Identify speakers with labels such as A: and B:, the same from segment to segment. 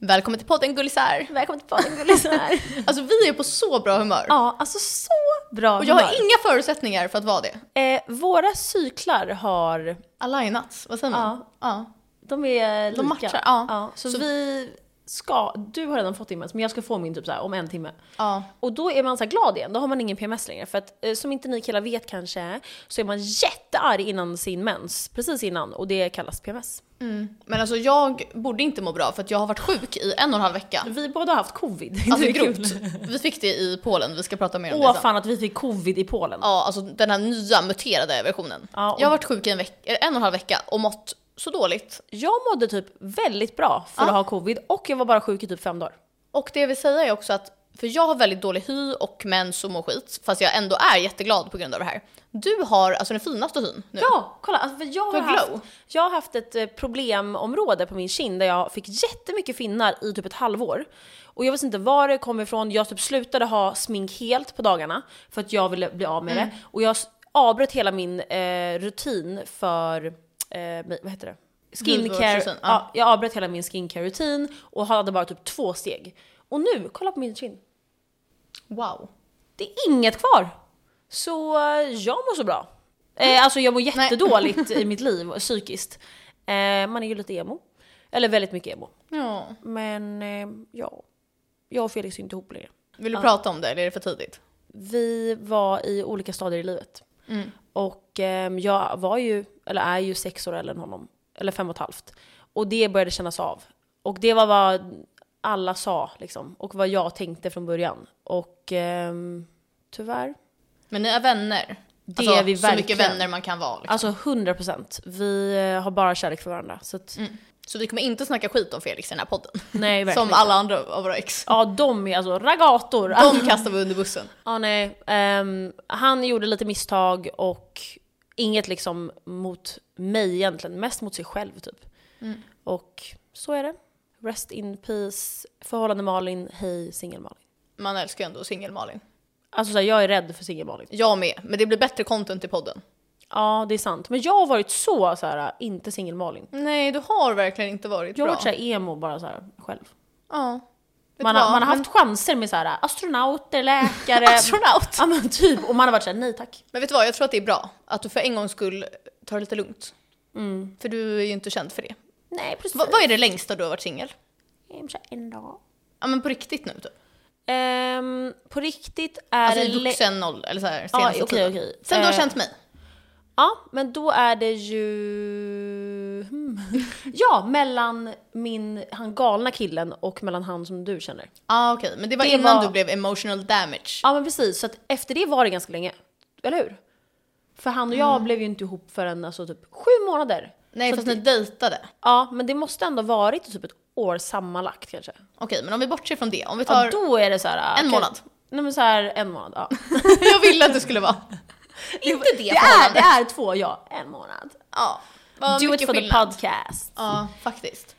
A: Välkommen till podden Gullisar!
B: Välkommen till podden Gullisar!
A: Alltså vi är på så bra humör.
B: ja, alltså så bra
A: och jag har
B: humör.
A: inga förutsättningar för att vara det.
B: eh, Våra cyklar har,
A: Alignats, vad säger man?
B: Ja.
A: Ja.
B: de är lika.
A: De matchar, ja.
B: så,
A: Så-
B: vi ska, du har redan fått din mens men jag ska få min typ så här om en timme.
A: ja.
B: Och då är man så här glad igen, då har man ingen PMS längre. För att eh, som inte ni killar vet kanske, så är man jättearg innan sin mens, precis innan, och det kallas PMS.
A: Men alltså jag borde inte må bra för att jag har varit sjuk i en och en halv vecka.
B: Vi båda har haft covid.
A: Alltså
B: Det är
A: grovt.
B: kul.
A: Vi fick det i Polen, vi ska prata mer om det
B: Åh
A: sen.
B: fan att vi fick covid i Polen.
A: Ja, alltså den här nya muterade versionen.
B: Ja, och-
A: Jag har varit sjuk i en, veck- eller en och en halv vecka och mått så dåligt.
B: Jag mådde typ väldigt bra för
A: Ja.
B: att ha covid och jag var bara sjuk i typ fem dagar.
A: Och det jag vill säga är också att, för jag har väldigt dålig hy och mens och mår skit, fast jag ändå är jätteglad på grund av det här. Du har alltså den finaste hyn nu.
B: Ja, kolla! Alltså, för jag, har
A: Du har glow.
B: haft, jag har haft ett eh, problemområde på min kind där jag fick jättemycket finnar i typ ett halvår. Och jag visste inte var det kom ifrån, jag typ slutade ha smink helt på dagarna för att jag ville bli av med
A: Mm.
B: det. Och jag s- avbröt hela min eh, rutin för, eh, mi- vad heter det? Skincare,
A: Hudvårdsrutin, ja.
B: ja, jag avbröt hela min skincare-rutin och hade bara typ två steg. Och nu, kolla på min kind.
A: Wow.
B: Det är inget kvar. Så eh, jag mår så bra.
A: Mm.
B: Eh, alltså jag mår jättedåligt i mitt liv psykiskt. Eh, man är ju lite emo. Eller väldigt mycket emo.
A: Ja.
B: Men eh, ja, jag och Felix är inte ihop längre.
A: Vill du prata om det eller är det för tidigt?
B: Vi var i olika stadier i livet.
A: Mm.
B: Och eh, jag var ju, eller är ju sex år äldre än honom. Eller fem och ett halvt. Och det började kännas av. Och det var vad alla sa liksom. Och vad jag tänkte från början. Och ehm, tyvärr
A: Men ni är vänner.
B: Det är vi
A: Alltså, Så mycket
B: verkligen.
A: vänner man kan vara. Liksom.
B: Alltså 100 procent. Vi eh, har bara kärlek för varandra. Så att,
A: Alltså, mm. Så vi kommer inte snacka skit om Felix i den här podden.
B: nej, verkligen.
A: Som alla andra av våra ex.
B: Ja, de är alltså ragator.
A: De kastar vi under bussen.
B: ja, nej. Ehm, han gjorde lite misstag och inget liksom mot mig egentligen, mest mot sig själv typ.
A: Mm.
B: Och så är det. Rest in peace, förhållande Malin, hej singel Malin.
A: Man älskar ju ändå singel-Malin.
B: Alltså så här, jag är rädd för singel Malin.
A: Jag med, men det blir bättre content i podden.
B: Ja, det är sant. Men jag har varit så, så här, inte singel Malin.
A: Nej, du har verkligen inte varit
B: Jag har
A: bra.
B: varit så här, emo bara så här, själv.
A: Ja. Vet
B: Man
A: du
B: har,
A: vad?
B: man har
A: Men-
B: haft chanser med så här, astronauter, läkare.
A: Astronaut.
B: Ja men typ, och man har varit såhär, nej tack.
A: Men vet du vad, jag tror att det är bra att du för en gångs skull tar det lite lugnt. För du är ju inte känd för det.
B: Nej precis.
A: Va, vad är det längsta du har varit singel?
B: Kanske en dag.
A: Ja men på riktigt nu typ.
B: Ehm, på riktigt är
A: Alltså
B: det...
A: i
B: le-
A: vuxen ålder, eller så här,
B: Ja,
A: senaste
B: okej,
A: tiden.
B: okej.
A: Sen du har
B: Eh,
A: känt mig?
B: Ja, men då är det ju... Hmm. Ja, mellan min, han galna killen och mellan han som du känner.
A: Ja okej, men det var
B: det
A: innan
B: var-
A: du blev emotional damage.
B: Ja men precis, så att efter det var det ganska länge. Eller hur? För han och jag blev ju inte ihop förrän alltså typ sju månader.
A: Mm. Nej
B: så
A: fast
B: det-
A: ni dejtade.
B: Ja, men det måste ändå varit typ ett år sammanlagt kanske.
A: Okej men om vi bortser från det, om vi
B: Ja,
A: tar...
B: då är det så här,
A: en
B: okej.
A: månad.
B: Nej men så här, en månad, ja.
A: jag ville att det skulle vara. inte det,
B: Det är, det är två ja, en månad.
A: Ja. Vad
B: Do
A: mycket
B: it for
A: skillnad.
B: the podcast.
A: Ja faktiskt.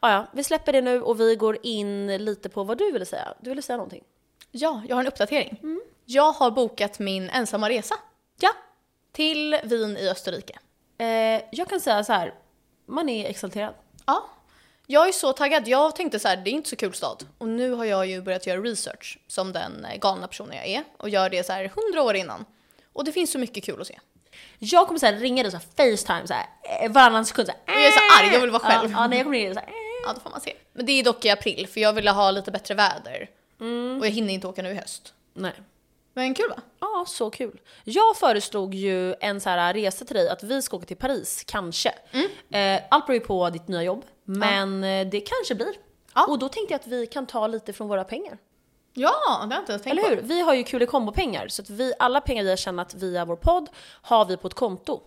B: Ja, ja, vi släpper det nu och vi går in lite på vad du ville säga. Du ville säga någonting.
A: Ja, jag har en uppdatering. Mm. Jag har bokat min ensamma resa
B: Ja,
A: till Wien i Österrike.
B: eh, jag kan säga så här, man är exalterad.
A: Ja. Jag är så taggad. Jag tänkte så här, det är inte så kul stad. Och nu har jag ju börjat göra research som den eh, galna personen jag är och gör det så här hundra år innan. Och det finns så mycket kul att se.
B: Jag kommer så här ringa dig så här facetime så här, eh, varannan sekund så här,
A: jag är så arg, jag vill vara
B: "Äh."
A: själv.
B: Ja, ja, nej, jag kommer ringa dig så här, "Äh."
A: Ja, då får man se. Men det är dock i april för jag ville ha lite bättre väder.
B: Mm.
A: Och jag hinner inte åka nu i höst.
B: Nej.
A: Men kul va?
B: Ja, så kul. Jag föreslog ju en så här resa till dig, att vi ska åka till Paris, kanske.
A: Mm.
B: Eh, allt beror ju på ditt nya jobb, men eh, det kanske blir.
A: Ja.
B: Och då tänkte jag att vi kan ta lite från våra pengar.
A: Ja, det har jag inte ens tänkt
B: Eller
A: på.
B: hur? Vi har ju kul i kombopengar, så att vi, alla pengar vi har tjänat via vår podd har vi på ett konto.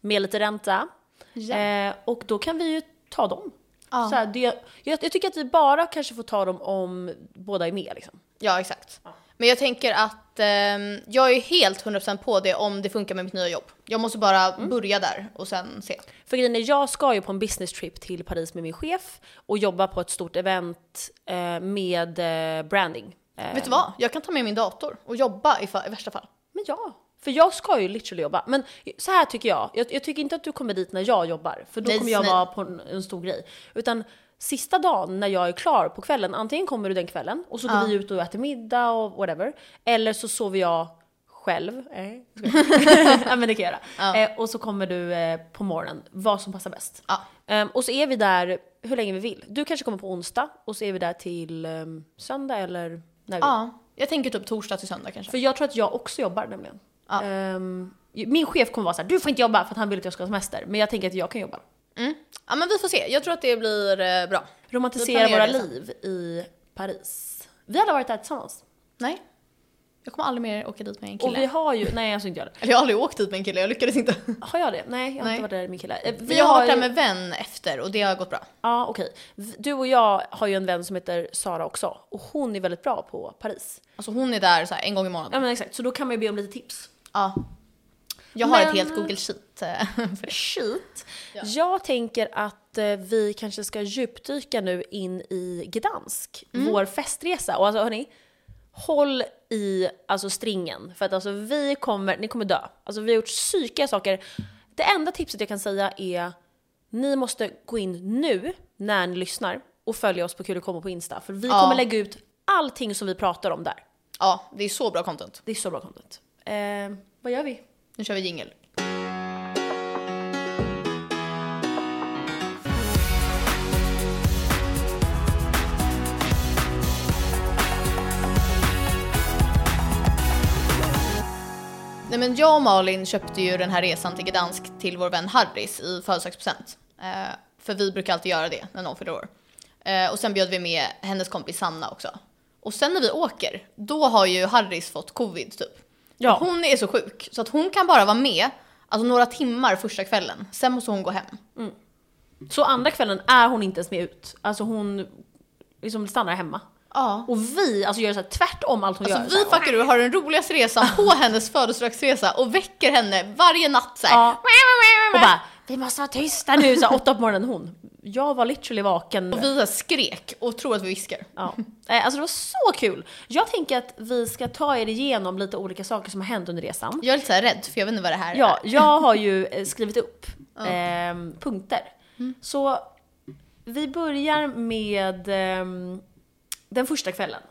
B: Med lite ränta. Eh, och då kan vi ju ta dem.
A: Ja.
B: Så här, det, jag, jag tycker att vi bara kanske får ta dem om båda är med. Liksom.
A: Ja, exakt. Men jag tänker att ehm, jag är helt 100% på det om det funkar med mitt nya jobb. Jag måste bara
B: Mm.
A: börja där och sen se.
B: För grejen är, jag ska ju på en business trip till Paris med min chef och jobba på ett stort event eh, med eh, branding. Eh,
A: Vet du vad? Jag kan ta med min dator och jobba i, fa- i värsta fall.
B: men ja, för jag ska ju literally jobba. Men så här tycker jag, jag, jag tycker inte att du kommer dit när jag jobbar, för då
A: Nej,
B: kommer jag
A: snälla.
B: vara på en, en stor grej. Utan Sista dagen när jag är klar på kvällen, antingen kommer du den kvällen och så går
A: Ja.
B: vi ut och äter middag och whatever. Eller så sover jag själv. Eh, jag skojar. ja men det kan jag göra.
A: Ja.
B: Eh, och så kommer du eh, på morgonen, vad som passar bäst.
A: Ja.
B: Ehm, och så är vi där hur länge vi vill. Du kanske kommer på onsdag och så är vi där till ehm, söndag eller när vi
A: Ja, jag tänker typ torsdag till söndag kanske.
B: för jag tror att jag också jobbar nämligen.
A: Ja.
B: Ehm, min chef kommer vara så här, du får inte jobba för att han vill att jag ska ha semester. Men jag tänker att jag kan jobba.
A: Mm. Ja men vi får se, jag tror att det blir eh, bra. Vi
B: Romantisera
A: planerar
B: våra
A: det sen.
B: liv i Paris. Vi har alla varit där tillsammans.
A: Nej. Jag kommer aldrig mer åka dit med en
B: Och
A: kille.
B: vi har ju, nej alltså inte jag det.
A: Eller jag har aldrig åkt dit med en kille, jag lyckades inte.
B: Har jag det? Nej, jag har
A: Nej.
B: inte varit där med min kille. Eh, Vi
A: Men jag har varit
B: ju-
A: där med vän efter och det har gått bra.
B: Ja okej. V- Du och jag har ju en vän som heter Sara också. Och hon är väldigt bra på Paris.
A: Alltså hon är där så här en gång i månaden.
B: Ja men exakt, så då kan man ju be om lite tips.
A: Ja. Jag har
B: Men-
A: ett helt google sheet. eh, för det.
B: Shit.
A: Ja.
B: Jag tänker att eh, vi kanske ska djupdyka nu in i Gdansk, vår festresa. Och alltså hörni, håll i alltså, stringen. För att alltså, vi kommer, ni kommer dö. Alltså vi har gjort psykiska saker. Det enda tipset jag kan säga är, ni måste gå in nu när ni lyssnar och följa oss på Kul och komma på Insta. För vi
A: Ja.
B: kommer lägga ut allting som vi pratar om där.
A: Ja, det är så bra content.
B: Det är så bra content. Eh, vad gör vi?
A: Nu kör vi jingel. Nej men jag och Malin köpte ju den här resan till Gdansk till vår vän Harris i födelsedagspresent. Eh, för vi brukar alltid göra det när någon fyller år. Eh, och sen bjöd vi med hennes kompis Sanna också. Och sen när vi åker, då har ju Harris fått covid typ.
B: Ja.
A: Och Hon är så sjuk så att hon kan bara vara med alltså, några timmar första kvällen. Sen måste hon gå hem.
B: Så andra kvällen är hon inte ens med ut. Alltså hon liksom stannar hemma.
A: Ja.
B: Och vi alltså gör så här tvärtom allt hon gör.
A: Alltså,
B: så
A: vi
B: här.
A: fuckar ur, har den roligaste resan på hennes födelsedagsresa och väcker henne varje natt såhär.
B: Ja. Och bara “vi måste vara tysta nu” så här, åtta på morgonen hon. Jag var literally vaken.
A: Och vi så här skrek och tror att vi viskar.
B: Ja. Eh, Alltså det var så kul! Jag tänker att vi ska ta er igenom lite olika saker som har hänt under resan.
A: Jag är lite så här rädd för jag vet inte vad det här
B: Ja, jag har ju eh, skrivit upp ehm, punkter.
A: Mm.
B: Så vi börjar med ehm, den första kvällen.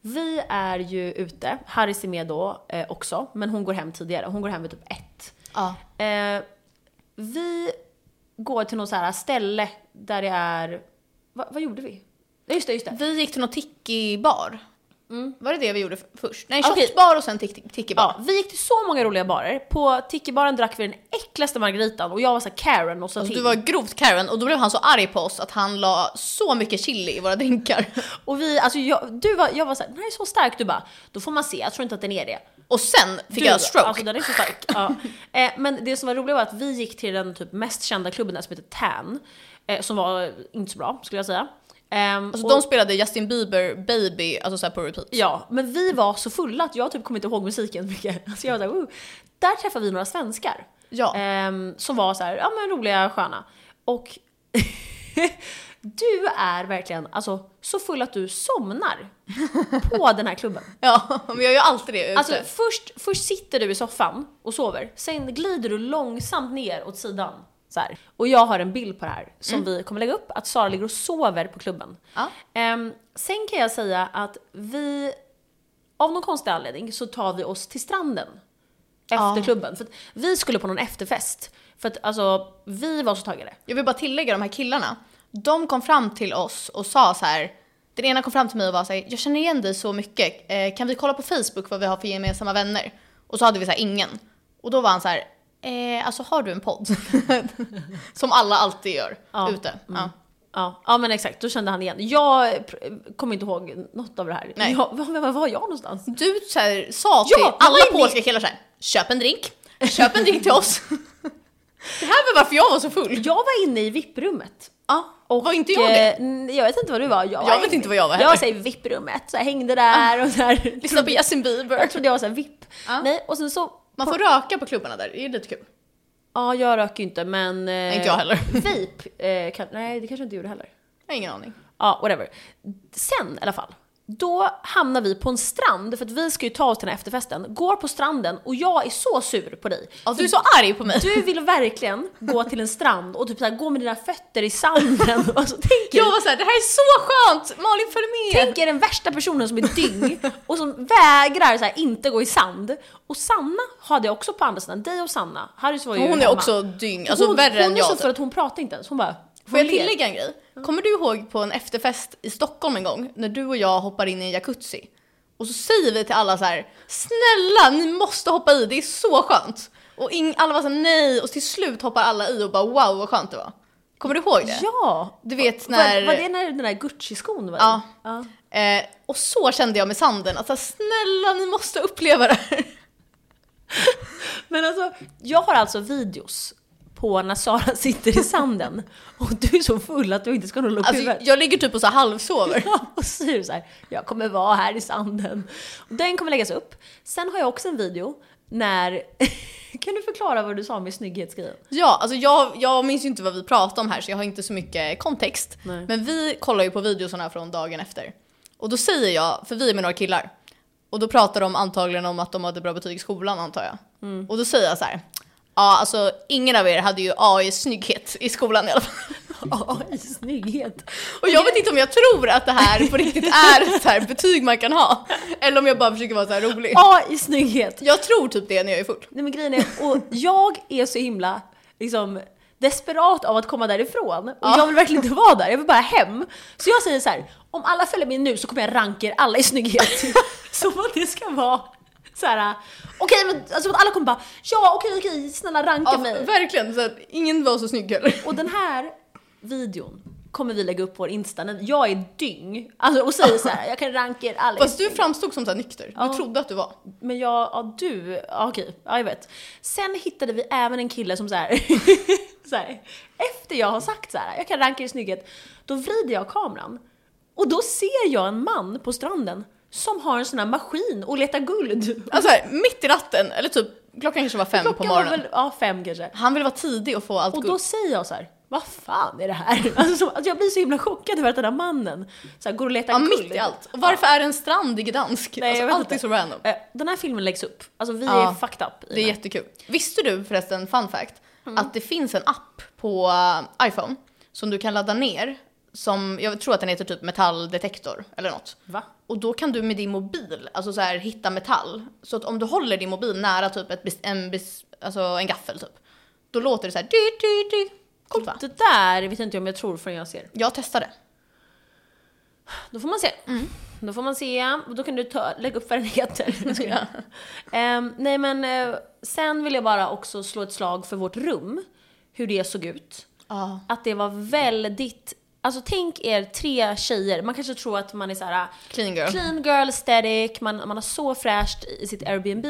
B: Vi är ju ute, Harris är med då eh, också, men hon går hem tidigare. Hon går hem vid typ ett.
A: Ja.
B: Eh, vi går till något så här ställe där det är... Va, vad gjorde vi? Ja, Just det, just det.
A: Vi gick till någon tiki-bar. Var det det vi gjorde f- först? Nej,
B: Mm. Okej.
A: shotbar och sen tiki- tiki-bar.
B: Ja, vi gick till så många roliga barer. På Tiki-baren drack vi den äckligaste margaritan och jag var så här Karen och sa
A: Alltså,
B: till.
A: du var grovt Karen och då blev han så arg på oss att han la så mycket chili i våra drinkar.
B: Och vi, alltså jag, du var, jag var såhär, den här är så stark. Du bara, då får man se, jag tror inte att den är det.
A: Och sen fick
B: Du,
A: jag stroke.
B: Alltså den är så stark. ja. eh, men det som var roligt var att vi gick till den typ mest kända klubben där som heter Tan. Eh, som var eh, inte så bra skulle jag säga. Ehm,
A: Alltså
B: och-
A: de spelade Justin Bieber, Baby, alltså såhär på repeat.
B: Ja, men vi var så fulla att jag typ kommer inte ihåg musiken mycket. Alltså jag var såhär, "Woo." Där träffade vi några svenskar.
A: Ja.
B: Ehm, som var så här, ja men roliga, sköna. Och du är verkligen alltså, så full att du somnar på den här klubben.
A: Ja, men jag gör alltid det ute.
B: Alltså först, först sitter du i soffan och sover, sen glider du långsamt ner åt sidan. Så här. Och jag har en bild på det här som vi kommer lägga upp, att Sara ligger och sover på klubben.
A: Mm. Ja.
B: Ehm, sen kan jag säga att vi, av någon konstig anledning, så tar vi oss till stranden. Efter
A: Ja.
B: klubben. För att vi skulle på någon efterfest. För att alltså, vi var så taggade.
A: Jag vill bara tillägga de här killarna. De kom fram till oss och sa så här. Den ena kom fram till mig och var så här, jag känner igen dig så mycket. Eh, kan vi kolla på Facebook vad vi har för gemensamma vänner? Och så hade vi så här, ingen. Och då var han så här, eh, alltså har du en podd? Som alla alltid gör
B: Ja. Mm.
A: ute. Ja.
B: Ja, ja men exakt, då kände han igen. Jag pr- kommer inte ihåg något av det här.
A: Nej.
B: Jag, var, var var jag någonstans?
A: Du så här, sa till
B: Ja,
A: alla
B: vad är ni-
A: polska killar så här, köp en drink, köp en drink till oss. det här var varför jag var så full.
B: Jag var inne i VIP-rummet.
A: Ja, och var inte jag
B: Jag,
A: det?
B: jag vet inte vad du var. Jag,
A: Jag vet inte vad jag var heller. Ah,
B: Jag säger VIP-rummet, så jag hängde där och så här.
A: Lyssna på Justin Bieber. Ah.
B: Jag trodde jag var så här VIP.
A: Ja.
B: Nej, och sen så...
A: Man får röka på klubbarna där, det är lite kul.
B: Ja, jag röker ju inte men... eh, Nej,
A: inte jag heller.
B: Vape, eh, kan, nej det kanske jag inte gjorde heller.
A: Jag har ingen aning.
B: Ja, whatever. Sen i alla fall Då hamnar vi på en strand, för att vi ska ju ta oss till den här efterfesten. Går på stranden och jag är så sur på dig.
A: Ja, du är så arg på mig.
B: Du vill verkligen gå till en strand och typ så här, gå med dina fötter i sanden. Alltså, tänk er-
A: Jag var såhär, det här är så skönt! Malin följ med!
B: Tänk er den värsta personen som är dyng och som vägrar så här, inte gå i sand. Och Sanna hade jag också på andra sidan, dig och Sanna. Harrys var ju
A: hon är
B: hemma.
A: också dyng, alltså
B: hon,
A: värre
B: hon
A: än
B: är så
A: jag.
B: för att hon pratar inte ens, hon bara
A: Får jag
B: hon ler.
A: tillägga en grej? Kommer du ihåg på en efterfest i Stockholm en gång när du och jag hoppar in i en jacuzzi? Och så säger vi till alla så här: snälla ni måste hoppa i, det är så skönt! Och ing- alla var såhär nej och till slut hoppar alla i och bara wow vad skönt det var. Kommer du ihåg det?
B: Ja!
A: Du vet när...
B: Var, var det när den där Gucci-skon var i?
A: Ja.
B: ja.
A: Eh, och så kände jag med sanden, att så här, snälla ni måste uppleva det här.
B: Men alltså, jag har alltså videos på när Sara sitter i sanden och du är så full att du inte ska hålla upp
A: Alltså,
B: huvudet.
A: jag ligger typ och så här halvsover.
B: och så är det så här, jag kommer vara här i sanden. Och Den kommer läggas upp. Sen har jag också en video när... kan du förklara vad du sa med snygghetsgrejen?
A: Ja, alltså jag, jag minns ju inte vad vi pratade om här så jag har inte så mycket kontext.
B: Nej.
A: Men vi kollar ju på videosarna från dagen efter. Och då säger jag, för vi är med några killar, och då pratar de antagligen om att de hade bra betyg i skolan antar jag. Och då säger jag så här, ja alltså ingen av er hade ju A i snygghet i skolan i alla fall.
B: Ja, i snygghet.
A: Och jag vet inte om jag tror att det här på riktigt är så här betyg man kan ha. Eller om jag bara försöker vara så här rolig.
B: Ja, i snygghet.
A: Jag tror typ det när jag är full.
B: Nej men grejen är, och jag är så himla liksom desperat av att komma därifrån. Och
A: Ja.
B: jag vill verkligen inte vara där, jag vill bara hem. Så jag säger så här: om alla följer med nu så kommer jag ranka er alla i snygghet. Som att det ska vara så här. okej men alltså att alla kommer bara ja okej okej snälla ranka
A: Ja,
B: mig.
A: verkligen, så att ingen var så snygg heller.
B: Och den här videon kommer vi lägga upp på vår Insta när jag är dyng. Alltså och säger så här: jag kan ranka er alla. i
A: Fast du framstod som så här nykter,
B: Ja.
A: du trodde att du var.
B: Men jag, ja du, ja, okej, ja jag vet. Sen hittade vi även en kille som så här, så här efter jag har sagt så här, jag kan ranka i snygghet, då vrider jag kameran och då ser jag en man på stranden som har en sån här maskin och letar guld.
A: Alltså här, mitt i natten, eller typ klockan kanske var fem på
B: Klockan var
A: morgonen.
B: väl, ja fem kanske.
A: Han ville vara tidig och få allt
B: Och
A: guld.
B: då säger jag så här, vad fan är det här? Alltså, som- alltså jag blir så himla chockad över att den här mannen så här, går och letar
A: Ja,
B: guld.
A: mitt i allt. Och varför är det en strand i Gdansk?
B: Nej, jag
A: alltså,
B: vet
A: allt är
B: inte.
A: så random.
B: Eh, Den här filmen läggs upp, alltså vi
A: Ja.
B: är fucked up. i
A: Det är
B: den.
A: jättekul. Visste du förresten, fun fact,
B: Mm.
A: att det finns en app på eh, iPhone som du kan ladda ner som, jag tror att den heter typ metalldetektor eller något.
B: Va?
A: Och då kan du med din mobil, alltså så här, hitta metall. Så att om du håller din mobil nära typ ett, bes- en, bes- alltså en gaffel typ, då låter det så här dy, dy, dy. Coolt va?
B: Det där vet jag inte om jag tror förrän jag ser.
A: Jag testade.
B: Då får man se.
A: Mm.
B: Då får man se, och då kan du ta, lägga upp vad den heter. Jag skojar. Ehm, nej men, eh, sen vill jag bara också slå ett slag för vårt rum. Hur det såg ut.
A: Ja.
B: Att det var väldigt, alltså tänk er tre tjejer, man kanske tror att man är så här
A: Clean girl.
B: clean girl aesthetic, man, man har så fräscht i sitt Airbnb.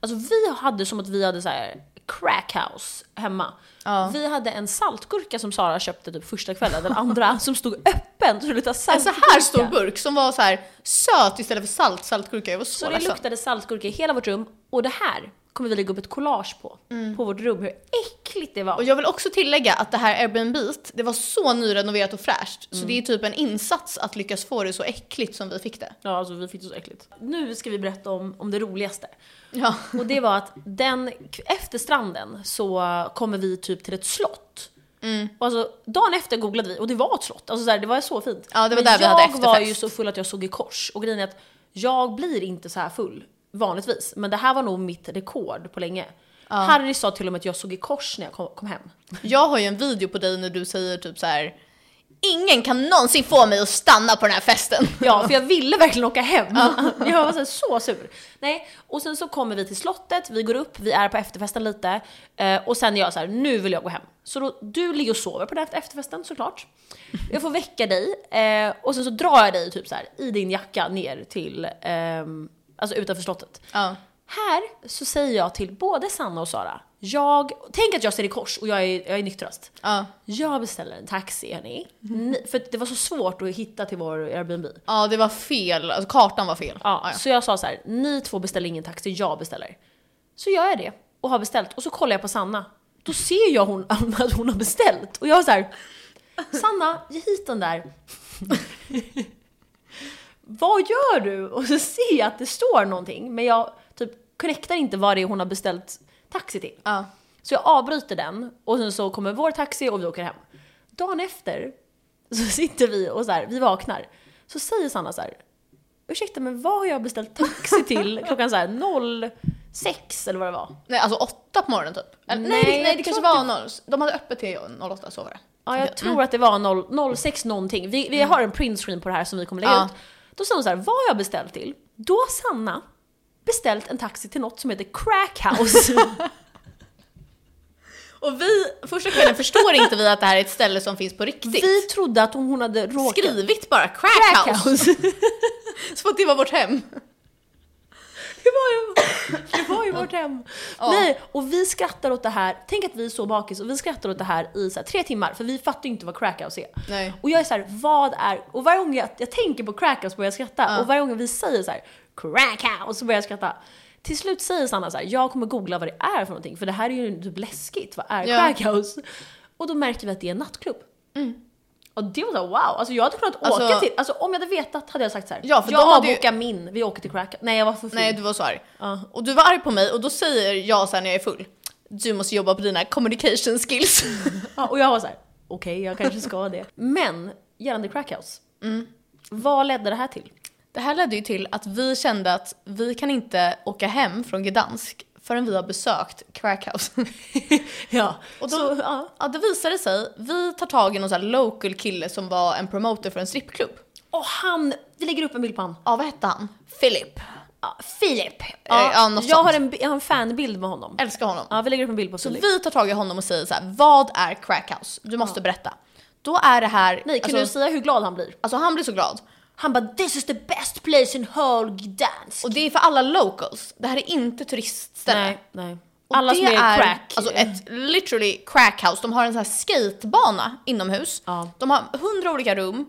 B: Alltså vi hade som att vi hade så här crack house hemma.
A: Ja.
B: Vi hade en saltgurka som Sara köpte typ första kvällen, den andra som stod öppen. Så det luktade
A: En så
B: saltgurka.
A: här stor burk som var så här söt istället för salt, saltgurka. Jag var så,
B: Så det
A: ledsen.
B: luktade saltgurka i hela vårt rum och det här kommer vi lägga upp ett collage på.
A: Mm.
B: På vårt rum, hur äckligt det var.
A: Och jag vill också tillägga att det här Airbnb, det var så nyrenoverat och fräscht. Så det är typ en insats att lyckas få det så äckligt som vi fick det.
B: Ja alltså vi fick det så äckligt. Nu ska vi berätta om, om det roligaste.
A: Ja.
B: Och det var att den, efter stranden så kommer vi typ till ett slott.
A: Mm.
B: Och alltså, dagen efter googlade vi och det var ett slott, alltså, så här, det var så fint.
A: Ja, det var
B: Men
A: där vi
B: jag
A: hade efterfest.
B: var ju så full att jag såg i kors och grejen är att jag blir inte så här full vanligtvis. Men det här var nog mitt rekord på länge. Harry sa till och med att jag såg i kors när jag kom, kom hem.
A: Jag har ju en video på dig när du säger typ så här. Ingen kan någonsin få mig att stanna på den här festen.
B: Ja, för jag ville verkligen åka hem. Jag var så, här, så sur. Nej, och sen så kommer vi till slottet, vi går upp, vi är på efterfesten lite. eh, Och sen är jag så här, nu vill jag gå hem. Så då, du ligger och sover på den här efterfesten såklart. Jag får väcka dig eh, och sen så drar jag dig typ så här i din jacka ner till, ehm, alltså utanför slottet.
A: Ja.
B: Här så säger jag till både Sanna och Sara, jag, tänk att jag ser i kors och jag är, jag är nykterast.
A: Ja.
B: Jag beställer en taxi hörni. Ni- För att det var så svårt att hitta till vår Airbnb.
A: ja, det var fel. Alltså kartan var fel.
B: Ja,
A: Ja, ja.
B: Så jag sa så här: ni två beställer ingen taxi, jag beställer. Så gör jag det och har beställt och så kollar jag på Sanna. Då ser jag hon, att hon har beställt och jag är så här: Sanna, ge hit den där. Var vad gör du? Och så ser jag att det står någonting men jag typ connectar inte vad det är hon har beställt taxi till.
A: Ja.
B: Så jag avbryter den och sen så kommer vår taxi och vi åker hem. Dagen efter så sitter vi och så här, vi vaknar. Så säger Sanna så här, ursäkta men vad har jag beställt taxi till klockan så här 06 eller vad det var?
A: Nej, alltså åtta på morgonen typ. Eller, nej,
B: Nej,
A: nej,
B: jag
A: det
B: tror
A: kanske
B: att
A: var noll. De hade öppet till 08, så var det.
B: Ja, jag tror att det var 0, 06 någonting. Vi, vi har en printscreen på det här som vi kommer lägga
A: Mm. Ja.
B: ut. Då sa hon så här, vad har jag beställt till? Då har Sanna beställt en taxi till något som heter Crackhouse.
A: Och vi, första kvällen förstår inte vi att det här är ett ställe som finns på riktigt.
B: vi trodde att hon, hon hade råkat...
A: Skrivit bara crack house. Så att det var vårt hem.
B: Det var ju, det var ju vårt hem.
A: Ja.
B: Nej, och vi skrattar åt det här. Tänk att vi är så bakis och vi skrattar åt det här i så här, tre timmar för vi fattar ju inte vad crackhouse är.
A: Nej.
B: Och jag är så här, vad är... Och varje gång jag, jag tänker på crackhouse börjar jag skratta och varje gång vi säger så här crackhouse så börjar jag skratta. Till slut säger Sanna så här, jag kommer googla vad det är för någonting för det här är ju typ läskigt. Vad är
A: Ja. Mm.
B: crackhouse? Och då märker vi att det är en nattklubb. Och det var så här, wow, alltså jag hade kunnat åka
A: Alltså-
B: till, alltså om jag hade vetat hade jag sagt så här.
A: Ja, för
B: jag
A: de hade ju-
B: bokar min, vi åker till Crackhouse. Nej jag var för full.
A: Nej, du var så arg.
B: Ja.
A: Och du var arg på mig och då säger jag sen när jag är full, du måste jobba på dina communication skills.
B: Ja, och jag var så här: okej jag kanske ska det. Men gällande Crackhouse, vad ledde det här till?
A: Det här ledde ju till att vi kände att vi kan inte åka hem från Gdansk förrän vi har besökt Crackhouse.
B: Ja,
A: Och
B: och
A: då-
B: då, så, ja.
A: ja, det visade sig, vi tar tag i någon sån här local kille som var en promoter för en strippklubb.
B: och han, vi lägger upp en bild på han.
A: Ja, vad hette han? Philip.
B: Ja, Filip!
A: Ja, Eh, ja, något
B: jag,
A: sånt.
B: har en, bi- jag har en fanbild med honom.
A: Älskar honom.
B: Ja, vi lägger upp en bild på
A: Så
B: Filip.
A: vi tar tag i honom och säger så här, vad är Crackhouse? Du måste berätta. Då är det här,
B: Nej, kan
A: alltså,
B: du säga hur glad han blir?
A: alltså han blir så glad.
B: Han bara “This is the best place in whole Gdansk”.
A: Och det är för alla locals, det här är inte turistställe.
B: Nej, nej.
A: Och
B: Alla
A: det
B: som är, crack.
A: Alltså ett literally crackhouse. De har en sån här skatebana inomhus.
B: Ja.
A: De har hundra olika rum.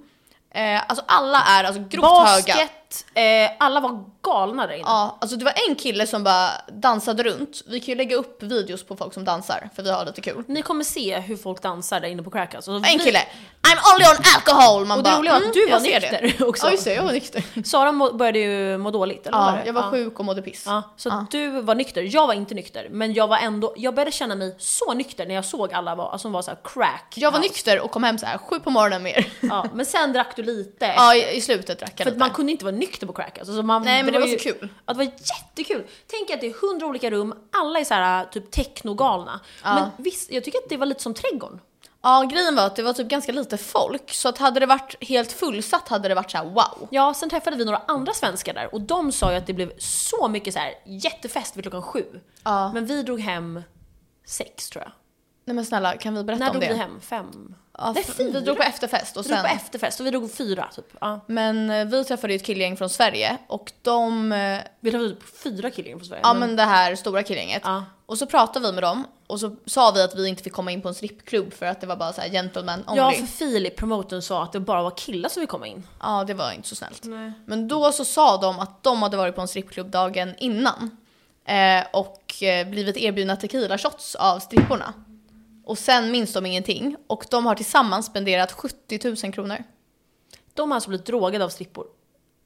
A: Eh, alltså alla är alltså grovt höga.
B: Basket, eh, alla var galna där inne.
A: Ja, alltså det var en kille som bara dansade runt. Vi kan ju lägga upp videos på folk som dansar för vi har lite kul.
B: Ni kommer se hur folk dansar där inne på Crackhouse. Och
A: En
B: vi-
A: kille, I'm only on alcohol! Man
B: Och det
A: bara, "Mm,
B: roliga var att du
A: jag
B: var
A: ser
B: nykter
A: det.
B: också.
A: Ja just det, jag var nykter.
B: Sara må, började ju må dåligt, eller
A: Ja,
B: var det?
A: jag var
B: ja.
A: sjuk och mådde piss.
B: Ja, så
A: Ja.
B: du var nykter, jag var inte nykter. Men jag var ändå, jag började känna mig så nykter när jag såg alla var, som var så här crack.
A: Jag var
B: Ja.
A: nykter och kom hem så här sju på morgonen med er.
B: Ja, men sen drack du lite.
A: Ja, i, i slutet drack jag
B: För att
A: lite.
B: man kunde inte vara nykter på crack. Alltså, så man,
A: Nej men det var,
B: ju-
A: så kul.
B: Ja, det var jättekul. Tänk att det är hundra olika rum, alla är så här typ technogalna. Men visst, jag tycker att det var lite som trädgården.
A: Ja, grejen var att det var typ ganska lite folk, så att hade det varit helt fullsatt hade det varit så här wow.
B: Ja, sen träffade vi några andra svenskar där och de sa ju att det blev så mycket så här jättefest vid klockan sju.
A: Ja.
B: Men vi drog hem sex tror jag.
A: Nej men snälla, kan vi berätta
B: När
A: om
B: drog
A: det?
B: vi hem? Fem?
A: Ja,
B: Nej,
A: f-
B: fyra.
A: Vi drog på efterfest och
B: Vi drog
A: sen...
B: på efterfest och vi drog fyra typ. Ja.
A: men eh, vi träffade ju ett killgäng från Sverige och de... eh,
B: Vi träffade typ fyra killar från Sverige.
A: Ja men det här stora killgänget.
B: Mm. ja.
A: Och så pratade vi med dem och så sa vi att vi inte fick komma in på en strippklubb för att det var bara så här gentleman only.
B: ja,
A: Ja,
B: för Filip, promotorn, sa att det bara var killar som ville komma in.
A: det var inte så snällt. Men då så sa de att de hade varit på en strippklubb dagen innan eh, och eh, blivit erbjudna tequila shots av stripporna. Och sen minns de ingenting och de har tillsammans spenderat 70 000 kronor.
B: De har alltså blivit drogade av strippor.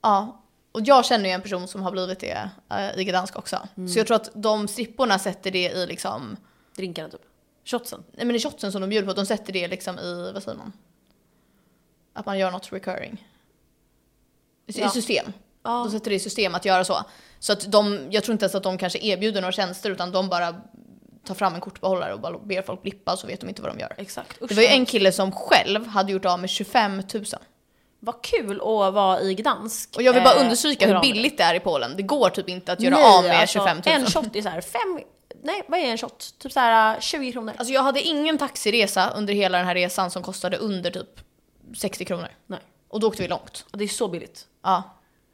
A: Ja, och jag känner ju en person som har blivit det eh, i Gdansk också. Så jag tror att de stripporna sätter det i liksom,
B: Drinkarna typ. Shotsen.
A: nej men i shotsen som de bjuder på, de sätter det liksom i, vad säger man? Att man gör något recurring. I i
B: Ja.
A: system.
B: Ja.
A: De sätter det i system att göra så. Så att de, jag tror inte ens att de kanske erbjuder några tjänster utan de bara tar fram en kortbehållare och bara ber folk blippa så vet de inte vad de gör.
B: Exakt.
A: Det var ju en kille som själv hade gjort av med 25 000.
B: Vad kul att vara i Gdansk.
A: Och jag vill bara
B: eh,
A: understryka
B: och
A: hur
B: göra av med
A: billigt det är i Polen. Det går typ inte att
B: det.
A: göra
B: Nej,
A: av med
B: alltså,
A: 25 000.
B: En shot är så här fem... Nej, vad är en shot? Typ så här eh, 20 kronor.
A: Alltså jag hade ingen taxiresa under hela den här resan som kostade under typ 60 kronor.
B: Nej.
A: Och då åkte vi långt.
B: Och Det är så billigt.
A: Ja.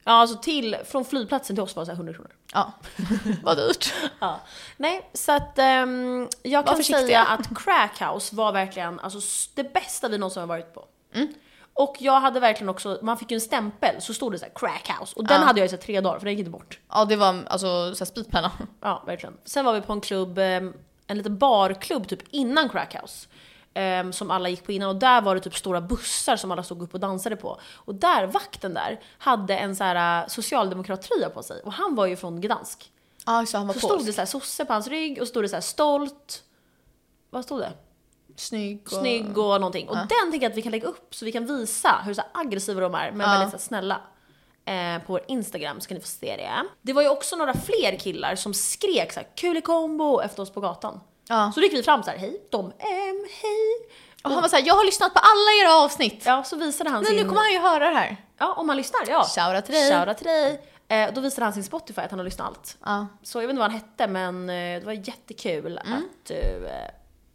B: Ja, alltså till, från flygplatsen till oss var det så här 100 kronor.
A: Ja. Vad dyrt.
B: Ja. Nej, så att ehm, jag
A: Var
B: kan
A: försiktiga.
B: säga att Crackhouse var verkligen alltså, s- det bästa vi någonsin har varit på.
A: Mm.
B: Och jag hade verkligen också, man fick ju en stämpel så stod det så här Crackhouse och den
A: Ja.
B: hade jag i så här tre dagar för den gick inte bort.
A: Ja det var alltså såhär spritpenna.
B: Ja, verkligen. Sen var vi på en klubb, ehm, en liten barklubb typ innan Crackhouse. ehm, som alla gick på innan och där var det typ stora bussar som alla stod upp och dansade på. Och där, vakten där, hade en så här eh, socialdemokrat-tröja på sig och han var ju från Gdansk.
A: Ja, så han var
B: Så
A: på.
B: stod det så här sosse på hans rygg och stod det så här stolt, vad stod det?
A: Snygg och...
B: Snygg och någonting. Och den tänker jag att vi kan lägga upp så vi kan visa hur så här aggressiva de är men
A: Ja.
B: väldigt så här snälla. Eh, på vår Instagram så kan ni få se det. Det var ju också några fler killar som skrek så här kul i kombo efter oss på gatan.
A: Ja.
B: Så då gick vi fram så här hej, de, ehm, hej.
A: Och han var såhär, jag har lyssnat på alla era avsnitt.
B: Ja, så visade han
A: Nej, nu
B: sin...
A: kommer han ju höra det här.
B: Ja, om man lyssnar, ja.
A: Shoutout till dig.
B: Shoutout till dig. Eh, då visade han sin Spotify att han har lyssnat allt.
A: Ja.
B: Så jag vet inte vad han hette men eh, det var jättekul
A: Mm.
B: att du eh,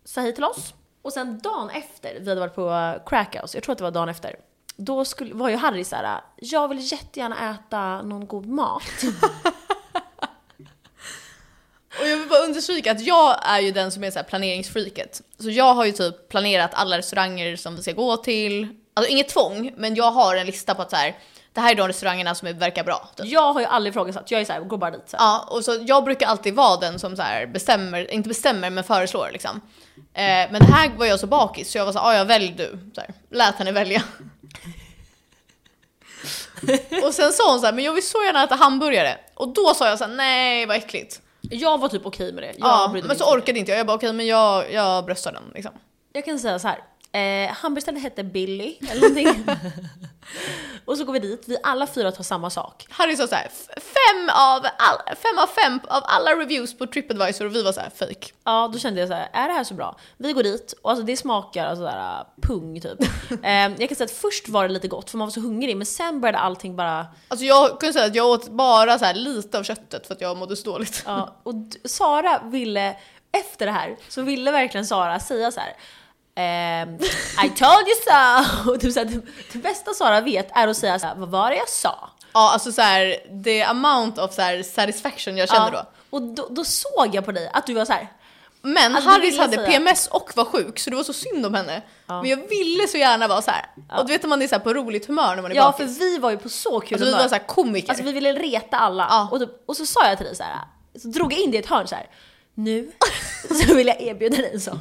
B: sa hej till oss. Och sen dagen efter, vi hade varit på Crackhouse, jag tror att det var dagen efter. Då skulle, var ju Harry såhär, jag vill jättegärna äta någon god mat.
A: Och jag vill bara understryka att jag är ju den som är så här planeringsfreaket. Så jag har ju typ planerat alla restauranger som vi ska gå till. Alltså inget tvång, men jag har en lista på att så här, det här är de restaurangerna som verkar bra. Typ.
B: jag har ju aldrig ifrågasatt, jag är såhär, går bara dit. Så här.
A: Ja, och så jag brukar alltid vara den som så här bestämmer, inte bestämmer men föreslår liksom. Eh, men här var jag så bakis så jag var så här, "Ah, ja välj du. Så här, lät henne välja. och sen sa hon så här, men jag vill så gärna äta hamburgare. Och då sa jag så här, nej vad äckligt.
B: Jag var typ okej med det. Jag,
A: Ja,
B: brydde mig
A: men så
B: inte.
A: orkade inte jag. Jag bara okej, men jag, jag bröstar den liksom.
B: jag kan säga så här. Eh, hamburgerstället hette Billy eller någonting. och så går vi dit, vi alla fyra tar samma sak.
A: Harry sa såhär, fem av, all, fem av fem av alla reviews på Tripadvisor och vi var såhär fake.
B: Ja, då kände jag så här, är det här så bra? Vi går dit och alltså det smakar alltså där, äh, pung typ. eh, jag kan säga att först var det lite gott för man var så hungrig men sen började allting bara...
A: Alltså jag kunde säga att jag åt bara så här lite av köttet för att jag mådde så dåligt.
B: Ja, och d- Sara ville, efter det här, så ville verkligen Sara säga så här. ehm, I told you so! Och typ så här, det, det bästa Sara vet är att säga så här, vad var det jag sa?
A: Ja, alltså så här, the amount of så här satisfaction jag kände då.
B: Och då, då såg jag på dig att du var så här.
A: Men
B: Alltså, du
A: Harris
B: ville
A: hade
B: säga-
A: PMS och var sjuk så det var så synd om henne. Men jag ville så gärna vara så här. Och du vet när man är så här på roligt humör när man är
B: Ja för
A: bakis.
B: vi var ju på så kul
A: Alltså vi
B: humör.
A: var så här komiker.
B: Alltså vi ville reta alla.
A: Ja.
B: Och, typ, och så sa jag till dig så här. så drog jag in dig i ett hörn så här. Nu så vill jag erbjuda dig en sak.